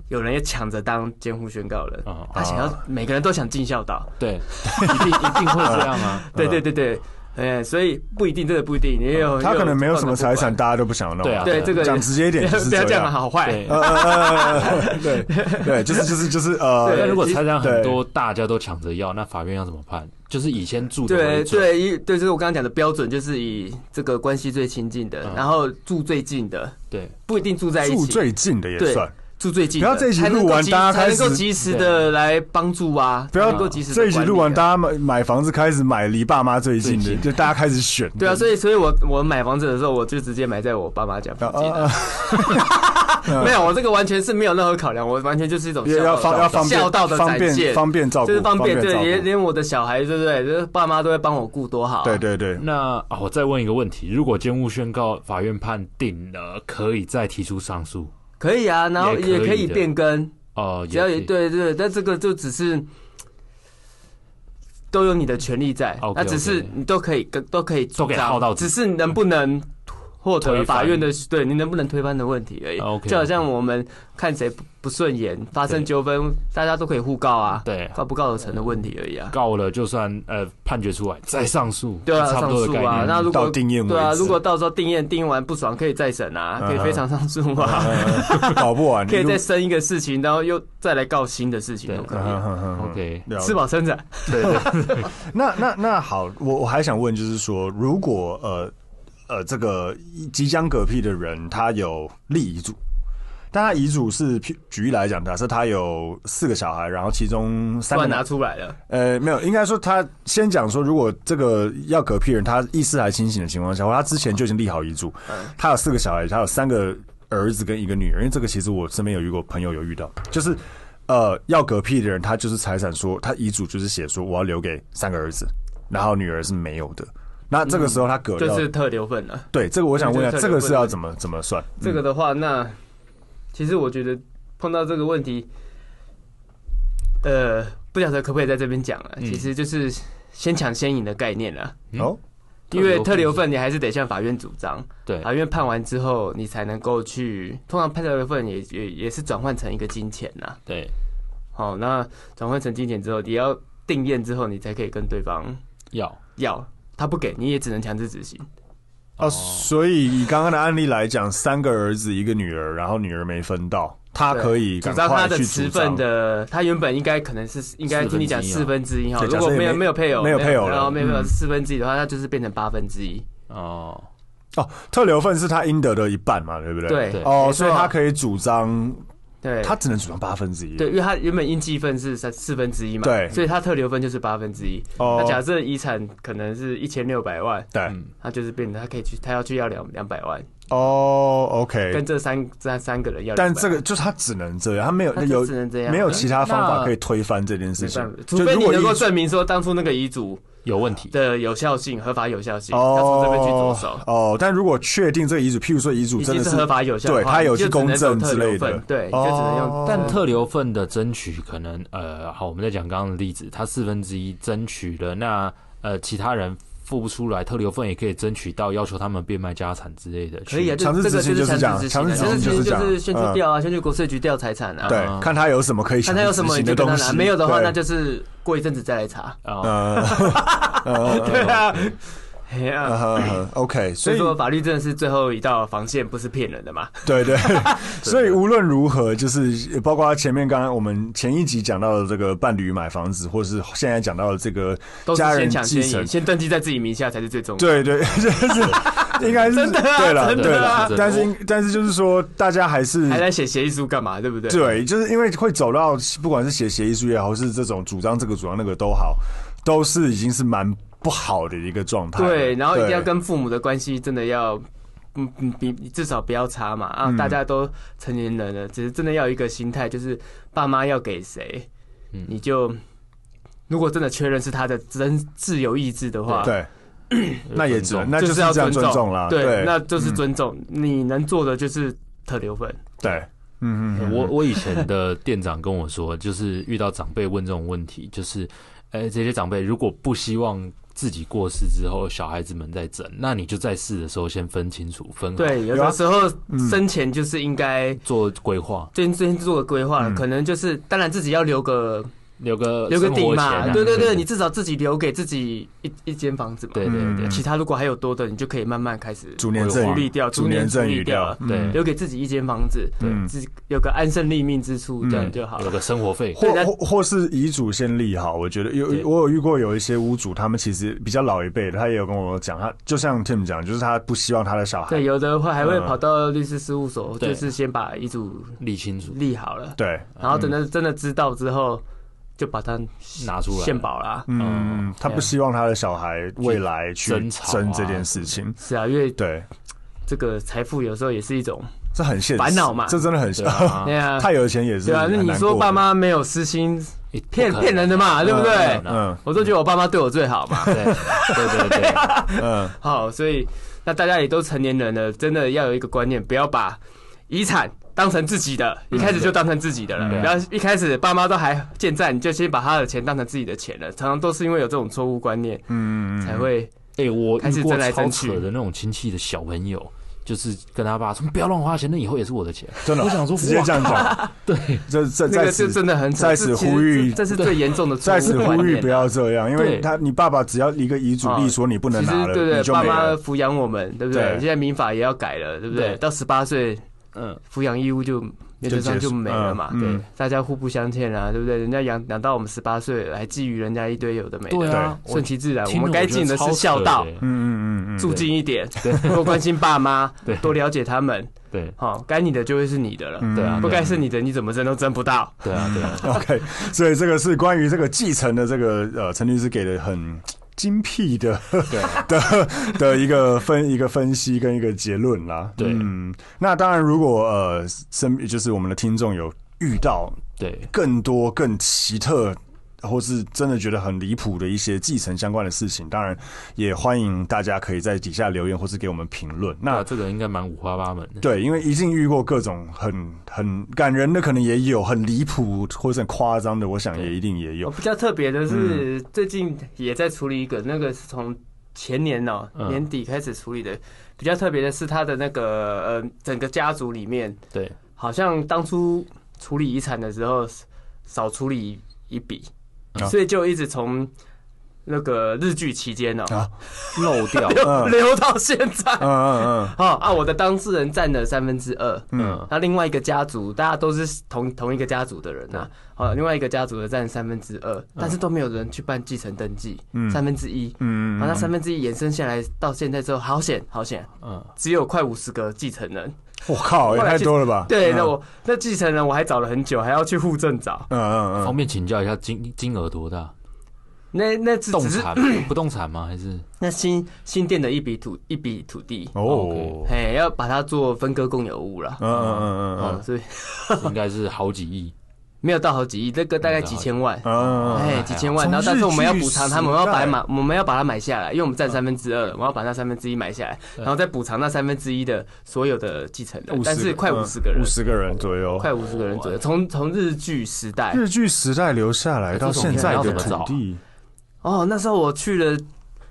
Speaker 3: 有人也抢着当监护宣告人，
Speaker 2: 嗯
Speaker 3: 他想要每个人都想尽孝道。 *laughs*
Speaker 2: 对，一定一定会这样啊。
Speaker 3: 对对对对，哎，所以不一定，真的不一定，也
Speaker 1: 嗯
Speaker 3: 有
Speaker 1: 他可能没有什么财。
Speaker 3: 也
Speaker 1: 产，
Speaker 3: 有
Speaker 1: 大家都不想弄。
Speaker 2: 对啊
Speaker 3: 对这个
Speaker 1: 讲直接一点就是
Speaker 3: 不要
Speaker 1: 这
Speaker 3: 这样啊
Speaker 1: 样。啊
Speaker 3: 好坏
Speaker 2: 对。
Speaker 1: 呃呃呃， *laughs* 对对，就是就是就是
Speaker 2: 那
Speaker 1: 呃，
Speaker 2: 如果财产
Speaker 1: 对
Speaker 2: 很多，大家都抢着要，那法院要怎么判？就是以先住的
Speaker 3: 对
Speaker 2: 为准，
Speaker 3: 对，一对，就是我刚刚讲的标准，就是以这个关系最亲近的，然后住最近的，
Speaker 2: 对
Speaker 3: 不一定住在一起。
Speaker 1: 嗯住最近的也
Speaker 3: 对
Speaker 1: 算，
Speaker 3: 住最近的，
Speaker 1: 不要这一集
Speaker 3: 才能
Speaker 1: 录完
Speaker 3: 够及
Speaker 1: 大家
Speaker 3: 才能
Speaker 1: 开
Speaker 3: 够
Speaker 1: 始
Speaker 3: 及时的来帮助啊，
Speaker 1: 不要
Speaker 3: 才能够及时地
Speaker 1: 这一集
Speaker 3: 管理
Speaker 1: 录完，
Speaker 3: 啊
Speaker 1: 大家买买房子开始买离爸妈最近的，
Speaker 2: 最
Speaker 1: 就大家开始选。
Speaker 3: 对啊，所以所以我我买房子的时候，我就直接买在我爸妈家附
Speaker 1: 啊
Speaker 3: 近、
Speaker 1: 啊，
Speaker 3: 没有，我这个完全是没有任何考量，我完全就是一种
Speaker 1: 也
Speaker 3: 孝道
Speaker 1: 要方要方
Speaker 3: 孝道
Speaker 1: 便
Speaker 3: 的
Speaker 1: 方
Speaker 3: 展
Speaker 1: 便
Speaker 3: 现，
Speaker 1: 方便照顾，
Speaker 3: 就是方便，
Speaker 1: 照
Speaker 3: 对，连
Speaker 1: 顾。
Speaker 3: 连我的小孩，对不对？就是爸妈都会帮我顾，多好、啊。
Speaker 1: 对对对，
Speaker 2: 那啊，我再问一个问题：如果监护宣告法院判定了，可以再提出上诉？
Speaker 3: 可以啊，然后
Speaker 2: 也可
Speaker 3: 也可
Speaker 2: 以
Speaker 3: 以
Speaker 2: 的
Speaker 3: 变更，
Speaker 2: 哦，
Speaker 3: 只要
Speaker 2: 也
Speaker 3: 也
Speaker 2: 可以，
Speaker 3: 对对，但这个就只是。都有你的权利在，
Speaker 2: OK，
Speaker 3: 那只是
Speaker 2: OK
Speaker 3: 你都可以跟都可以主
Speaker 2: 都可以
Speaker 3: 张
Speaker 2: 耗到底
Speaker 3: 只是能不能获
Speaker 2: 推
Speaker 3: 得
Speaker 2: 翻
Speaker 3: 法院的对你能不能推翻的问题而已。
Speaker 2: OK，
Speaker 3: 就好像我们看谁不不顺眼，发生
Speaker 2: 对
Speaker 3: 纠纷，大家都可以互告啊，
Speaker 2: 对
Speaker 3: 告不告得成的问题而已啊。
Speaker 2: 告了，就算呃判决出来再上诉，
Speaker 3: 对啊，
Speaker 2: 差不
Speaker 3: 上
Speaker 2: 多的
Speaker 3: 诉
Speaker 2: 概
Speaker 3: 啊，
Speaker 2: 念。
Speaker 3: 那如
Speaker 1: 到
Speaker 3: 果
Speaker 1: 定谳为
Speaker 3: 对啊，
Speaker 1: 止
Speaker 3: 如果到时候定验定验完不爽，可以再审啊，可以非常上诉啊，
Speaker 1: 呃 *laughs* 搞不完，
Speaker 3: 可以再生一个事情，然后又再来告新的事情
Speaker 2: 对啊
Speaker 3: 都可
Speaker 1: 嗯哼
Speaker 3: 以。
Speaker 1: 哼哼
Speaker 2: OK，
Speaker 1: 了解
Speaker 3: 吃饱撑着， *laughs*
Speaker 1: 那那那好，我我还想问，就是说，如果呃呃，这个即将嗝屁的人，他有立遗嘱，但他遗嘱是譬举例来讲，假设他有四个小孩，然后其中三
Speaker 3: 突
Speaker 1: 个
Speaker 3: 然拿出来了，
Speaker 1: 呃没有，应该说他先讲说，如果这个要嗝屁的人他意识还清醒的情况下，或他之前就已经立好遗嘱，
Speaker 3: 嗯
Speaker 1: 他有四个小孩，他有三个儿子跟一个女儿，因为这个其实我身边有遇过朋友有遇到，就是。呃，要嗝屁的人，他就是财产说，他遗嘱就是写说我要留给三个儿子，然后女儿是没有的。那这个时候他嗝掉，
Speaker 3: 就是特留份了。
Speaker 1: 对这个我想问一下，
Speaker 3: 对
Speaker 1: 这
Speaker 3: 这
Speaker 1: 个
Speaker 3: 个
Speaker 1: 是要怎么怎么算？
Speaker 3: 这个的话，那其实我觉得碰到这个问题，呃，不晓得可不可以在这边讲了，其实就是先抢先赢的概念了。
Speaker 1: 嗯哦，
Speaker 3: 因为特留
Speaker 2: 留
Speaker 3: 份你还是得向法院主张，
Speaker 2: 对
Speaker 3: 法院啊判完之后，你才能够去，通常判特留份也也也是转换成一个金钱呐、
Speaker 2: 对
Speaker 3: 好，那转换成金钱之后，你要定验之后，你才可以跟对方
Speaker 2: 要
Speaker 3: 要，他不给你也只能强制执行。哦
Speaker 1: 啊，所以以刚刚的案例来讲，三个儿子一个女儿，然后女儿没分到，他
Speaker 3: 对
Speaker 1: 可以
Speaker 3: 主
Speaker 1: 赶
Speaker 3: 张
Speaker 1: 快
Speaker 3: 他的
Speaker 1: 去
Speaker 3: 持
Speaker 1: 主
Speaker 3: 份
Speaker 1: 张。
Speaker 3: 的，他原本应该可能是应该听你讲
Speaker 2: 四
Speaker 3: 四
Speaker 2: 分
Speaker 3: 分之一哈，
Speaker 1: 对
Speaker 3: 如果
Speaker 1: 啊假设
Speaker 3: 没
Speaker 1: 也
Speaker 3: 有
Speaker 1: 没
Speaker 3: 没有配偶，
Speaker 1: 没有配偶了
Speaker 3: 然后没有没有
Speaker 1: 嗯
Speaker 3: 四分之一的话，那就是变成八分之一。
Speaker 2: 哦，
Speaker 1: 哦，特留份是他应得的一半嘛，对不对？
Speaker 3: 对
Speaker 2: 对
Speaker 1: 哦，
Speaker 3: 没错
Speaker 1: 所以他可以主张
Speaker 3: 对，
Speaker 1: 他只能主张八分之一。
Speaker 3: 对，因为他原本应计分是三四分之一嘛，
Speaker 1: 对
Speaker 3: 所以他特留分就是八分之一。
Speaker 1: 哦
Speaker 3: 那假设遗产可能是一千六百万，
Speaker 1: 对，
Speaker 2: 嗯
Speaker 3: 他就是变成他可以去，他要去要两两百万，
Speaker 1: 哦，OK，
Speaker 3: 跟这三这三个人要200
Speaker 1: 但
Speaker 3: 万。
Speaker 1: 这个就是他只能这样，他没有
Speaker 3: 他就
Speaker 1: 有
Speaker 3: 只能这样
Speaker 1: 没有其他方法
Speaker 2: 那
Speaker 1: 可以推翻这件事
Speaker 3: 没
Speaker 1: 情
Speaker 3: 办法，。除
Speaker 1: 就
Speaker 3: 非
Speaker 1: 如
Speaker 3: 你
Speaker 1: 果
Speaker 3: 能够
Speaker 1: 一
Speaker 3: 证明说当初那个遗嘱
Speaker 2: 有问题。
Speaker 3: 的有效性、合法有效性，
Speaker 1: 哦
Speaker 3: 他从这边去着手。
Speaker 1: 哦，但如果确定这个遗嘱，譬如说遗嘱
Speaker 3: 已
Speaker 1: 真
Speaker 3: 经
Speaker 1: 的
Speaker 3: 是合法有效的话，
Speaker 1: 对他有去
Speaker 3: 你就只能
Speaker 1: 公证
Speaker 3: 走特
Speaker 1: 之类
Speaker 3: 留份
Speaker 1: 的
Speaker 3: 对，你就只能用
Speaker 1: 哦
Speaker 2: 但特留份的争取，可能呃，好，我们再讲刚刚的例子，他四分之一争取了，那呃，其他人付不出来，特留份也可以争取到要求他们变卖家产之类的。
Speaker 3: 可以啊，
Speaker 2: 去
Speaker 3: 就
Speaker 1: 强制
Speaker 3: 这个
Speaker 1: 执行
Speaker 3: 就是
Speaker 1: 就是
Speaker 3: 强制
Speaker 1: 这样强制
Speaker 3: 执行啊，
Speaker 1: 执行
Speaker 3: 就是
Speaker 1: 就是这样
Speaker 3: 就是先
Speaker 1: 嗯
Speaker 3: 去调啊，先去国税局调财产啊，
Speaker 1: 对，看他有什么可以
Speaker 3: 看
Speaker 1: 强
Speaker 3: 他有
Speaker 1: 制
Speaker 3: 什
Speaker 1: 执
Speaker 3: 么你
Speaker 1: 行
Speaker 3: 就
Speaker 1: 的
Speaker 3: 跟他
Speaker 1: 东
Speaker 3: 拿，
Speaker 1: 西，
Speaker 3: 没有的话
Speaker 1: 对
Speaker 3: 那就是过一阵子再来查。
Speaker 2: 啊，
Speaker 1: 呃
Speaker 3: *laughs*
Speaker 1: 呃
Speaker 3: 对啊，嘿啊
Speaker 1: 呃呃，OK，所
Speaker 3: 所以
Speaker 1: 以
Speaker 3: 说法律真的是最后一道防线，不是骗人的嘛？
Speaker 1: *laughs* 对
Speaker 3: *laughs*
Speaker 1: 对，所以无论如何，就是包括前面刚刚我们前一集讲到的这个伴侣买房子，或是现在讲到的这个
Speaker 3: 都是
Speaker 1: 家人
Speaker 3: 先抢
Speaker 1: 继
Speaker 3: 先
Speaker 1: 承
Speaker 3: 赢，，先登记在自己名下才是最重要
Speaker 1: 对 *laughs*
Speaker 3: 的。
Speaker 1: 对，就是应该是
Speaker 3: 真的啊
Speaker 1: 对了
Speaker 3: 真的
Speaker 1: 对了
Speaker 3: 啊，
Speaker 1: 但是应但是就是说，大家还是
Speaker 3: 还在写协议书干嘛？对不对？
Speaker 1: 嗯对，就是因为会走到不管是写协议书也好，或是这种主张这个主张那个都好，都是已经是蛮不好的一个状态了。
Speaker 3: 对，然后一定要
Speaker 1: 对
Speaker 3: 跟父母的关系真的要。嗯嗯，比至少不要差嘛
Speaker 1: 嗯
Speaker 3: 啊！大家都成年人了，只是真的要有一个心态，就是爸妈要给谁，
Speaker 1: 嗯
Speaker 3: 你就如果真的确认是他的真自由意志的话，
Speaker 1: 对，
Speaker 3: *clears throat*
Speaker 1: 那也只能那
Speaker 3: 啊就
Speaker 1: 就是
Speaker 3: 要
Speaker 1: 这样
Speaker 3: 尊
Speaker 1: 尊重啦。
Speaker 3: 对，
Speaker 1: 对嗯
Speaker 3: 那就是尊重。你能做的就是特留分，
Speaker 1: 对，嗯嗯，
Speaker 2: 我我以前的店长跟我说，就是遇到长辈问这种问题，就是，呃，这些长辈如果不希望自己过世之后小孩子们再整，那你就在世的时候先分清楚，分好
Speaker 3: 对，有
Speaker 1: 有啊
Speaker 3: 的时候生前就是应该
Speaker 2: 做规划，
Speaker 3: 先先做个规
Speaker 1: 嗯
Speaker 3: 划，可能就是当然自己要留个
Speaker 2: 留个
Speaker 3: 留个
Speaker 2: 生
Speaker 3: 底
Speaker 2: 活
Speaker 3: 嘛
Speaker 2: 钱，啊
Speaker 3: 对对对，你嗯至少自己留给自己一一间房子嘛，
Speaker 2: 对对对
Speaker 3: 其他如果还有多的，你就可以慢慢开始
Speaker 1: 逐年
Speaker 2: 我
Speaker 1: 赠嗯
Speaker 3: 处
Speaker 1: 予
Speaker 3: 理掉，
Speaker 1: 逐
Speaker 3: 逐
Speaker 1: 年
Speaker 3: 年处
Speaker 1: 赠
Speaker 3: 理
Speaker 1: 予
Speaker 3: 掉，
Speaker 2: 对
Speaker 3: 嗯留给自己一间房子，
Speaker 1: 嗯
Speaker 3: 自己有个安身立命之处，这样就好
Speaker 2: 嗯有
Speaker 3: 了。
Speaker 2: 个生活费，
Speaker 1: 或
Speaker 3: 对那
Speaker 1: 或或是遗嘱先立好，我觉得有
Speaker 2: 对
Speaker 1: 我有遇过有一些屋主，他们其实比较老一辈的，他也有跟我讲，他就像 Tim 讲，就是他不希望他的小孩
Speaker 3: 对，有的会还会
Speaker 1: 嗯
Speaker 3: 跑到律师事务所，
Speaker 2: 对
Speaker 3: 就是先把遗嘱
Speaker 2: 理清楚，
Speaker 3: 立好了，
Speaker 1: 对，
Speaker 3: 然后
Speaker 1: 嗯
Speaker 3: 等到真的知道之后，就把它
Speaker 2: 拿出来
Speaker 3: 献宝啦。
Speaker 1: 嗯，
Speaker 3: 哦
Speaker 1: 他
Speaker 3: 啊
Speaker 1: 不希望他的小孩未来去
Speaker 2: 争吵啊
Speaker 1: 争这件事情，
Speaker 3: 是啊，因为
Speaker 1: 对，
Speaker 3: 这个财富有时候也是一种，
Speaker 1: 这很现实，
Speaker 3: 烦恼嘛
Speaker 1: 这真的很现
Speaker 2: 对啊
Speaker 3: *laughs* 对啊，
Speaker 1: *laughs* 太有钱也是
Speaker 3: 对啊，那
Speaker 1: 很
Speaker 3: 你
Speaker 1: 难
Speaker 3: 说
Speaker 1: 过的
Speaker 3: 爸妈没有私心，骗骗人的嘛，对不对？
Speaker 1: 嗯
Speaker 3: *laughs* 我都觉得我爸妈对我最好嘛。
Speaker 1: *laughs*
Speaker 2: 对对对对，
Speaker 3: *laughs*
Speaker 1: 嗯，
Speaker 3: 好，所以那大家也都成年人了，真的要有一个观念，不要把遗产当成自己的，一开始就当成自己的了。
Speaker 1: 嗯
Speaker 2: 对啊
Speaker 3: 不要一开始爸妈都还健在，你就先把他的钱当成自己的钱了。常常都是因为有这种错误观念，嗯，才会
Speaker 2: 哎、我
Speaker 3: 开
Speaker 2: 遇
Speaker 3: 始
Speaker 2: 过
Speaker 3: 争来
Speaker 2: 超
Speaker 3: 争去
Speaker 2: 扯的那种亲戚的小朋友，就是跟他爸说不要乱花钱，那以后也是我的钱。
Speaker 1: 真的，
Speaker 2: 我想说
Speaker 1: 直接这样讲，
Speaker 2: 对，
Speaker 1: *laughs* 这这
Speaker 3: 那
Speaker 1: 在
Speaker 3: 个就
Speaker 1: 此
Speaker 3: 真的很扯
Speaker 1: 在此
Speaker 3: 这其实
Speaker 1: 呼吁
Speaker 3: 这这是最严重的错
Speaker 1: 在此
Speaker 3: 误观
Speaker 1: 呼吁
Speaker 3: 念啊
Speaker 1: 不。要这样，因为
Speaker 2: 对
Speaker 1: 他你爸爸只要一个遗嘱
Speaker 3: 哦
Speaker 1: 立说你不能
Speaker 3: 其实
Speaker 1: 拿了，
Speaker 3: 对
Speaker 1: 你
Speaker 3: 对，
Speaker 1: 就
Speaker 3: 爸
Speaker 1: 没
Speaker 3: 妈
Speaker 1: 了。
Speaker 3: 抚养我们，对不对
Speaker 1: 对？
Speaker 3: 现在民法也要改了，对不对
Speaker 2: 对？
Speaker 3: 到十八岁
Speaker 2: 嗯，
Speaker 3: 抚养义务就原则上
Speaker 1: 结束
Speaker 3: 就没了嘛，
Speaker 1: 嗯嗯
Speaker 3: 对，大家互不相欠啊，对不对？人家养养到我们十八岁了，还寄予人家一堆有的没
Speaker 2: 对
Speaker 3: 的，
Speaker 2: 啊，
Speaker 3: 顺其自然。
Speaker 2: 听
Speaker 3: 我们
Speaker 2: 了
Speaker 3: 该
Speaker 2: 觉得
Speaker 3: 尽的
Speaker 2: 超
Speaker 3: 是孝
Speaker 2: 扯
Speaker 3: 道
Speaker 2: 的，欸
Speaker 1: 嗯嗯嗯
Speaker 3: 住近一点， *laughs* 多关心爸妈
Speaker 2: 对，
Speaker 3: 多了解他们，
Speaker 2: 对
Speaker 3: 好，该你的就会是你的了，
Speaker 2: 对啊，
Speaker 3: 不
Speaker 2: 对啊
Speaker 3: 该是你的你怎么争都争不到。
Speaker 2: 对啊对啊，
Speaker 1: 嗯，OK，所以这个是关于这个继承的这个呃，陈律师给的很。精辟的 *laughs* 的的一个分一个分析跟一个结论啦。
Speaker 2: 对
Speaker 1: 嗯，那当然，如果呃身就是我们的听众有遇到
Speaker 2: 对
Speaker 1: 更多更奇特，或是真的觉得很离谱的一些继承相关的事情，当然也欢迎大家可以在底下留言或是给我们评论。
Speaker 2: 那
Speaker 1: 那
Speaker 2: 这个应该蛮五花八门的。
Speaker 1: 对，因为一定遇过各种很很感人的，可能也有很离谱或者很夸张的，我想也一定也有
Speaker 3: 哦。比较特别的是，最近也在处理一个，那个是从前年哦、
Speaker 2: 嗯
Speaker 3: 年底开始处理的。比较特别的是，他的那个呃，整个家族里面，
Speaker 2: 对，
Speaker 3: 好像当初处理遗产的时候少处理一笔，
Speaker 1: 啊
Speaker 3: 所以就一直从那个日剧期间哦、
Speaker 1: 啊
Speaker 2: 漏掉，
Speaker 1: *laughs* 嗯
Speaker 3: 留到现在。
Speaker 1: 嗯嗯
Speaker 3: 哦啊，我的当事人占了三分之二，
Speaker 2: 嗯，
Speaker 3: 那另外一个家族，大家都是同同一个家族的人啊，
Speaker 1: 嗯
Speaker 3: 好，另外一个家族的占三分之二，但是都没有人去办继承登记，三分之一，
Speaker 1: 嗯嗯
Speaker 3: 嗯，那三分之一延伸下来到现在之后，好险好险，
Speaker 2: 嗯
Speaker 3: 只有快五十个继承人，
Speaker 1: 我靠，也太多了吧？
Speaker 3: 对，
Speaker 1: 嗯
Speaker 3: 那我那继承人我还找了很久，还要去户政找。
Speaker 1: 嗯嗯
Speaker 2: 方
Speaker 1: 嗯，
Speaker 2: 便请教一下金金额多大？
Speaker 3: 那那只
Speaker 2: 动
Speaker 3: 只是
Speaker 2: 产
Speaker 3: *laughs*
Speaker 2: 不动产吗？还是
Speaker 3: 那新新店的一笔土一笔土地，
Speaker 1: 哦，
Speaker 3: 哎，要把它做分割共有物了
Speaker 1: 嗯。嗯嗯嗯
Speaker 3: 哦，
Speaker 1: 嗯
Speaker 3: 所以
Speaker 2: 应该是好几亿？
Speaker 3: 没有到好几亿，这个大概
Speaker 2: 没有到
Speaker 3: 几
Speaker 2: 好几
Speaker 3: 千万。
Speaker 1: 嗯嗯，
Speaker 3: 哎，
Speaker 2: 哦
Speaker 3: 几千万，
Speaker 1: 从
Speaker 3: 然后但是我们要
Speaker 1: 日剧
Speaker 3: 补偿
Speaker 1: 时
Speaker 3: 他们，我要把
Speaker 1: 代嗯
Speaker 3: 买，我们要把它买下来，因为我们占三分之二了，我要把那三分之一买下来，然后再补偿那三分之一的所有的继承人，
Speaker 1: 50
Speaker 3: 但是快
Speaker 1: 嗯
Speaker 3: 五十个人
Speaker 1: 五，十个人左右。
Speaker 3: 快五十个人左右，从从日剧时代
Speaker 1: 日剧时代留下来到现在的土地，
Speaker 3: 哦，那时候我去了，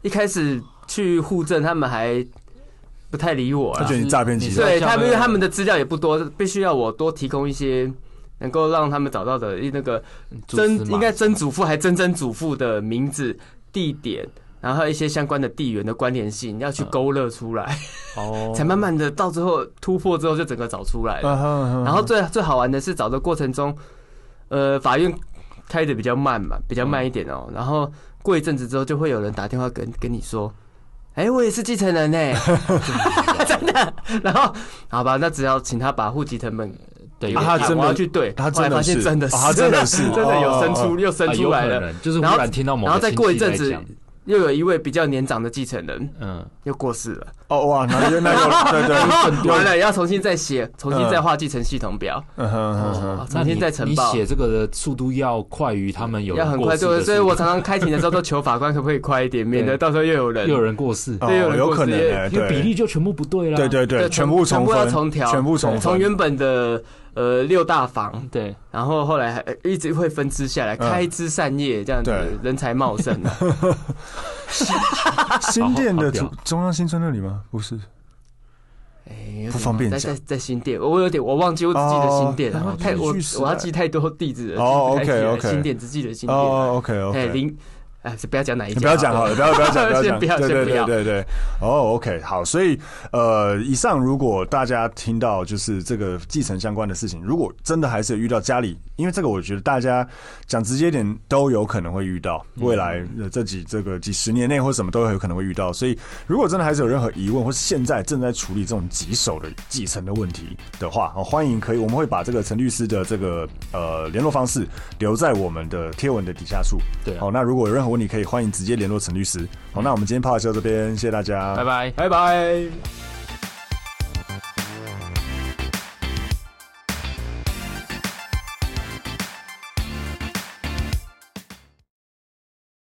Speaker 3: 一开始去户政，他们还不太理我
Speaker 1: 他
Speaker 3: 啦
Speaker 1: 觉得，你诈骗集
Speaker 2: 你
Speaker 1: 团
Speaker 2: 是
Speaker 3: 对他
Speaker 2: 像
Speaker 3: 们，
Speaker 2: 那
Speaker 3: 因为他
Speaker 2: 个
Speaker 3: 们的资料也不多，必须要我多提供一些。能够让他们找到的那个
Speaker 2: 蛛丝
Speaker 3: 曾
Speaker 2: 马迹
Speaker 3: 应该曾祖父还曾曾祖父的名字、地点，然后还有一些相关的地缘的关联性，要去勾勒出来，
Speaker 2: 嗯哦，
Speaker 3: 才慢慢的到最后突破之后就整个找出来了。
Speaker 1: 嗯
Speaker 3: 然后最最好玩的是找的过程中，呃，法院开的比较慢嘛，比较慢一点哦。然后过一阵子之后，就会有人打电话跟跟你说。哎、我也是继承人呢、真的。然后，好吧，那只要请他把户籍成本
Speaker 2: 对，
Speaker 3: 给
Speaker 2: 有
Speaker 3: 我
Speaker 1: 啊他
Speaker 3: 看
Speaker 1: 真的
Speaker 3: 我要去对，
Speaker 1: 他
Speaker 3: 后来
Speaker 1: 真的
Speaker 3: 发
Speaker 1: 是
Speaker 3: 现真的是，
Speaker 1: 啊他真的是
Speaker 3: *laughs* 真的有生
Speaker 1: 哦哦
Speaker 3: 出
Speaker 1: 哦
Speaker 3: 又生
Speaker 2: 啊
Speaker 3: 出来
Speaker 2: 有可
Speaker 3: 了，
Speaker 2: 能就是忽
Speaker 3: 然后
Speaker 2: 然听到某个
Speaker 3: 然后再
Speaker 2: 亲戚
Speaker 3: 过一阵
Speaker 2: 在
Speaker 3: 子
Speaker 2: 讲
Speaker 3: 又有一位比较年长的继承人
Speaker 2: 嗯，
Speaker 3: 又过世了，
Speaker 1: 哦哇，那就那就对对，
Speaker 3: 然后
Speaker 1: 又
Speaker 3: *laughs* 完了要重新再写，重新再画继承系统表，
Speaker 1: 嗯哼嗯哼，
Speaker 3: 哦
Speaker 2: 那
Speaker 3: 重
Speaker 2: 你
Speaker 3: 新再呈
Speaker 2: 你
Speaker 3: 报。
Speaker 2: 写这个的速度要快于他们有
Speaker 3: 要
Speaker 2: 人
Speaker 3: 很
Speaker 2: 过
Speaker 3: 快，
Speaker 2: 世的
Speaker 3: 对，
Speaker 2: 速
Speaker 3: 所以
Speaker 2: 度
Speaker 3: 我常常开庭的时候都求法官可不可以快一点，免得到时候又有人
Speaker 2: 又有人过
Speaker 3: *laughs*
Speaker 2: 世，
Speaker 1: 哦有可能的，
Speaker 2: 因为比
Speaker 1: 对
Speaker 2: 例就全部不对了。
Speaker 1: 对对对，
Speaker 3: 对
Speaker 1: 全部
Speaker 3: 全
Speaker 1: 重
Speaker 3: 部要
Speaker 1: 分，
Speaker 3: 重调，
Speaker 1: 全部重
Speaker 3: 从
Speaker 1: 分，
Speaker 3: 原本的呃六大房，
Speaker 2: 对，
Speaker 3: 然后后来还呃一直会分支下来，
Speaker 1: 嗯
Speaker 3: 开枝散叶这样子
Speaker 1: 对，
Speaker 3: 人才茂盛
Speaker 1: *laughs*
Speaker 3: 啊。
Speaker 1: 新店的
Speaker 2: 好屌
Speaker 1: 中中央新村那里吗？不是，
Speaker 3: 哎
Speaker 1: 不方便
Speaker 3: 在
Speaker 1: 讲
Speaker 3: 在在新店，我有点我忘记，我只记得新店
Speaker 1: 哦
Speaker 3: 了，太我
Speaker 1: 日剧时代
Speaker 3: 我要记太多地址了，
Speaker 1: 哦
Speaker 3: 记不太起来
Speaker 1: OK，OK
Speaker 3: 新店只记得新店，
Speaker 1: 哦，OK
Speaker 3: 哎
Speaker 1: OK，
Speaker 3: 林，哎不要讲哪一
Speaker 1: 你
Speaker 3: 家，
Speaker 1: 不要讲好了，不要不要讲，不要
Speaker 3: 先
Speaker 1: 讲，
Speaker 3: 不要
Speaker 1: 对
Speaker 3: 先
Speaker 1: 对
Speaker 3: 不
Speaker 1: 对
Speaker 3: 要
Speaker 1: 对对。哦、o k 好，所以呃，以上如果大家听到就是这个继承相关的事情，如果真的还是有遇到家里，因为这个我觉得大家讲直接一点都有可能会遇到，未来呃这几这个几十年内或什么都有可能会遇到，所以如果真的还是有任何疑问，或是现在正在处理这种棘手的继承的问题的话，哦、欢迎可以，我们会把这个陈律师的这个呃联络方式留在我们的贴文的底下处。
Speaker 2: 对啊
Speaker 1: 好、那如果有任何问题，可以欢迎直接联络陈律师。好、那我们今天 p 就到这边，谢谢大家，
Speaker 2: 拜拜。
Speaker 3: 拜拜。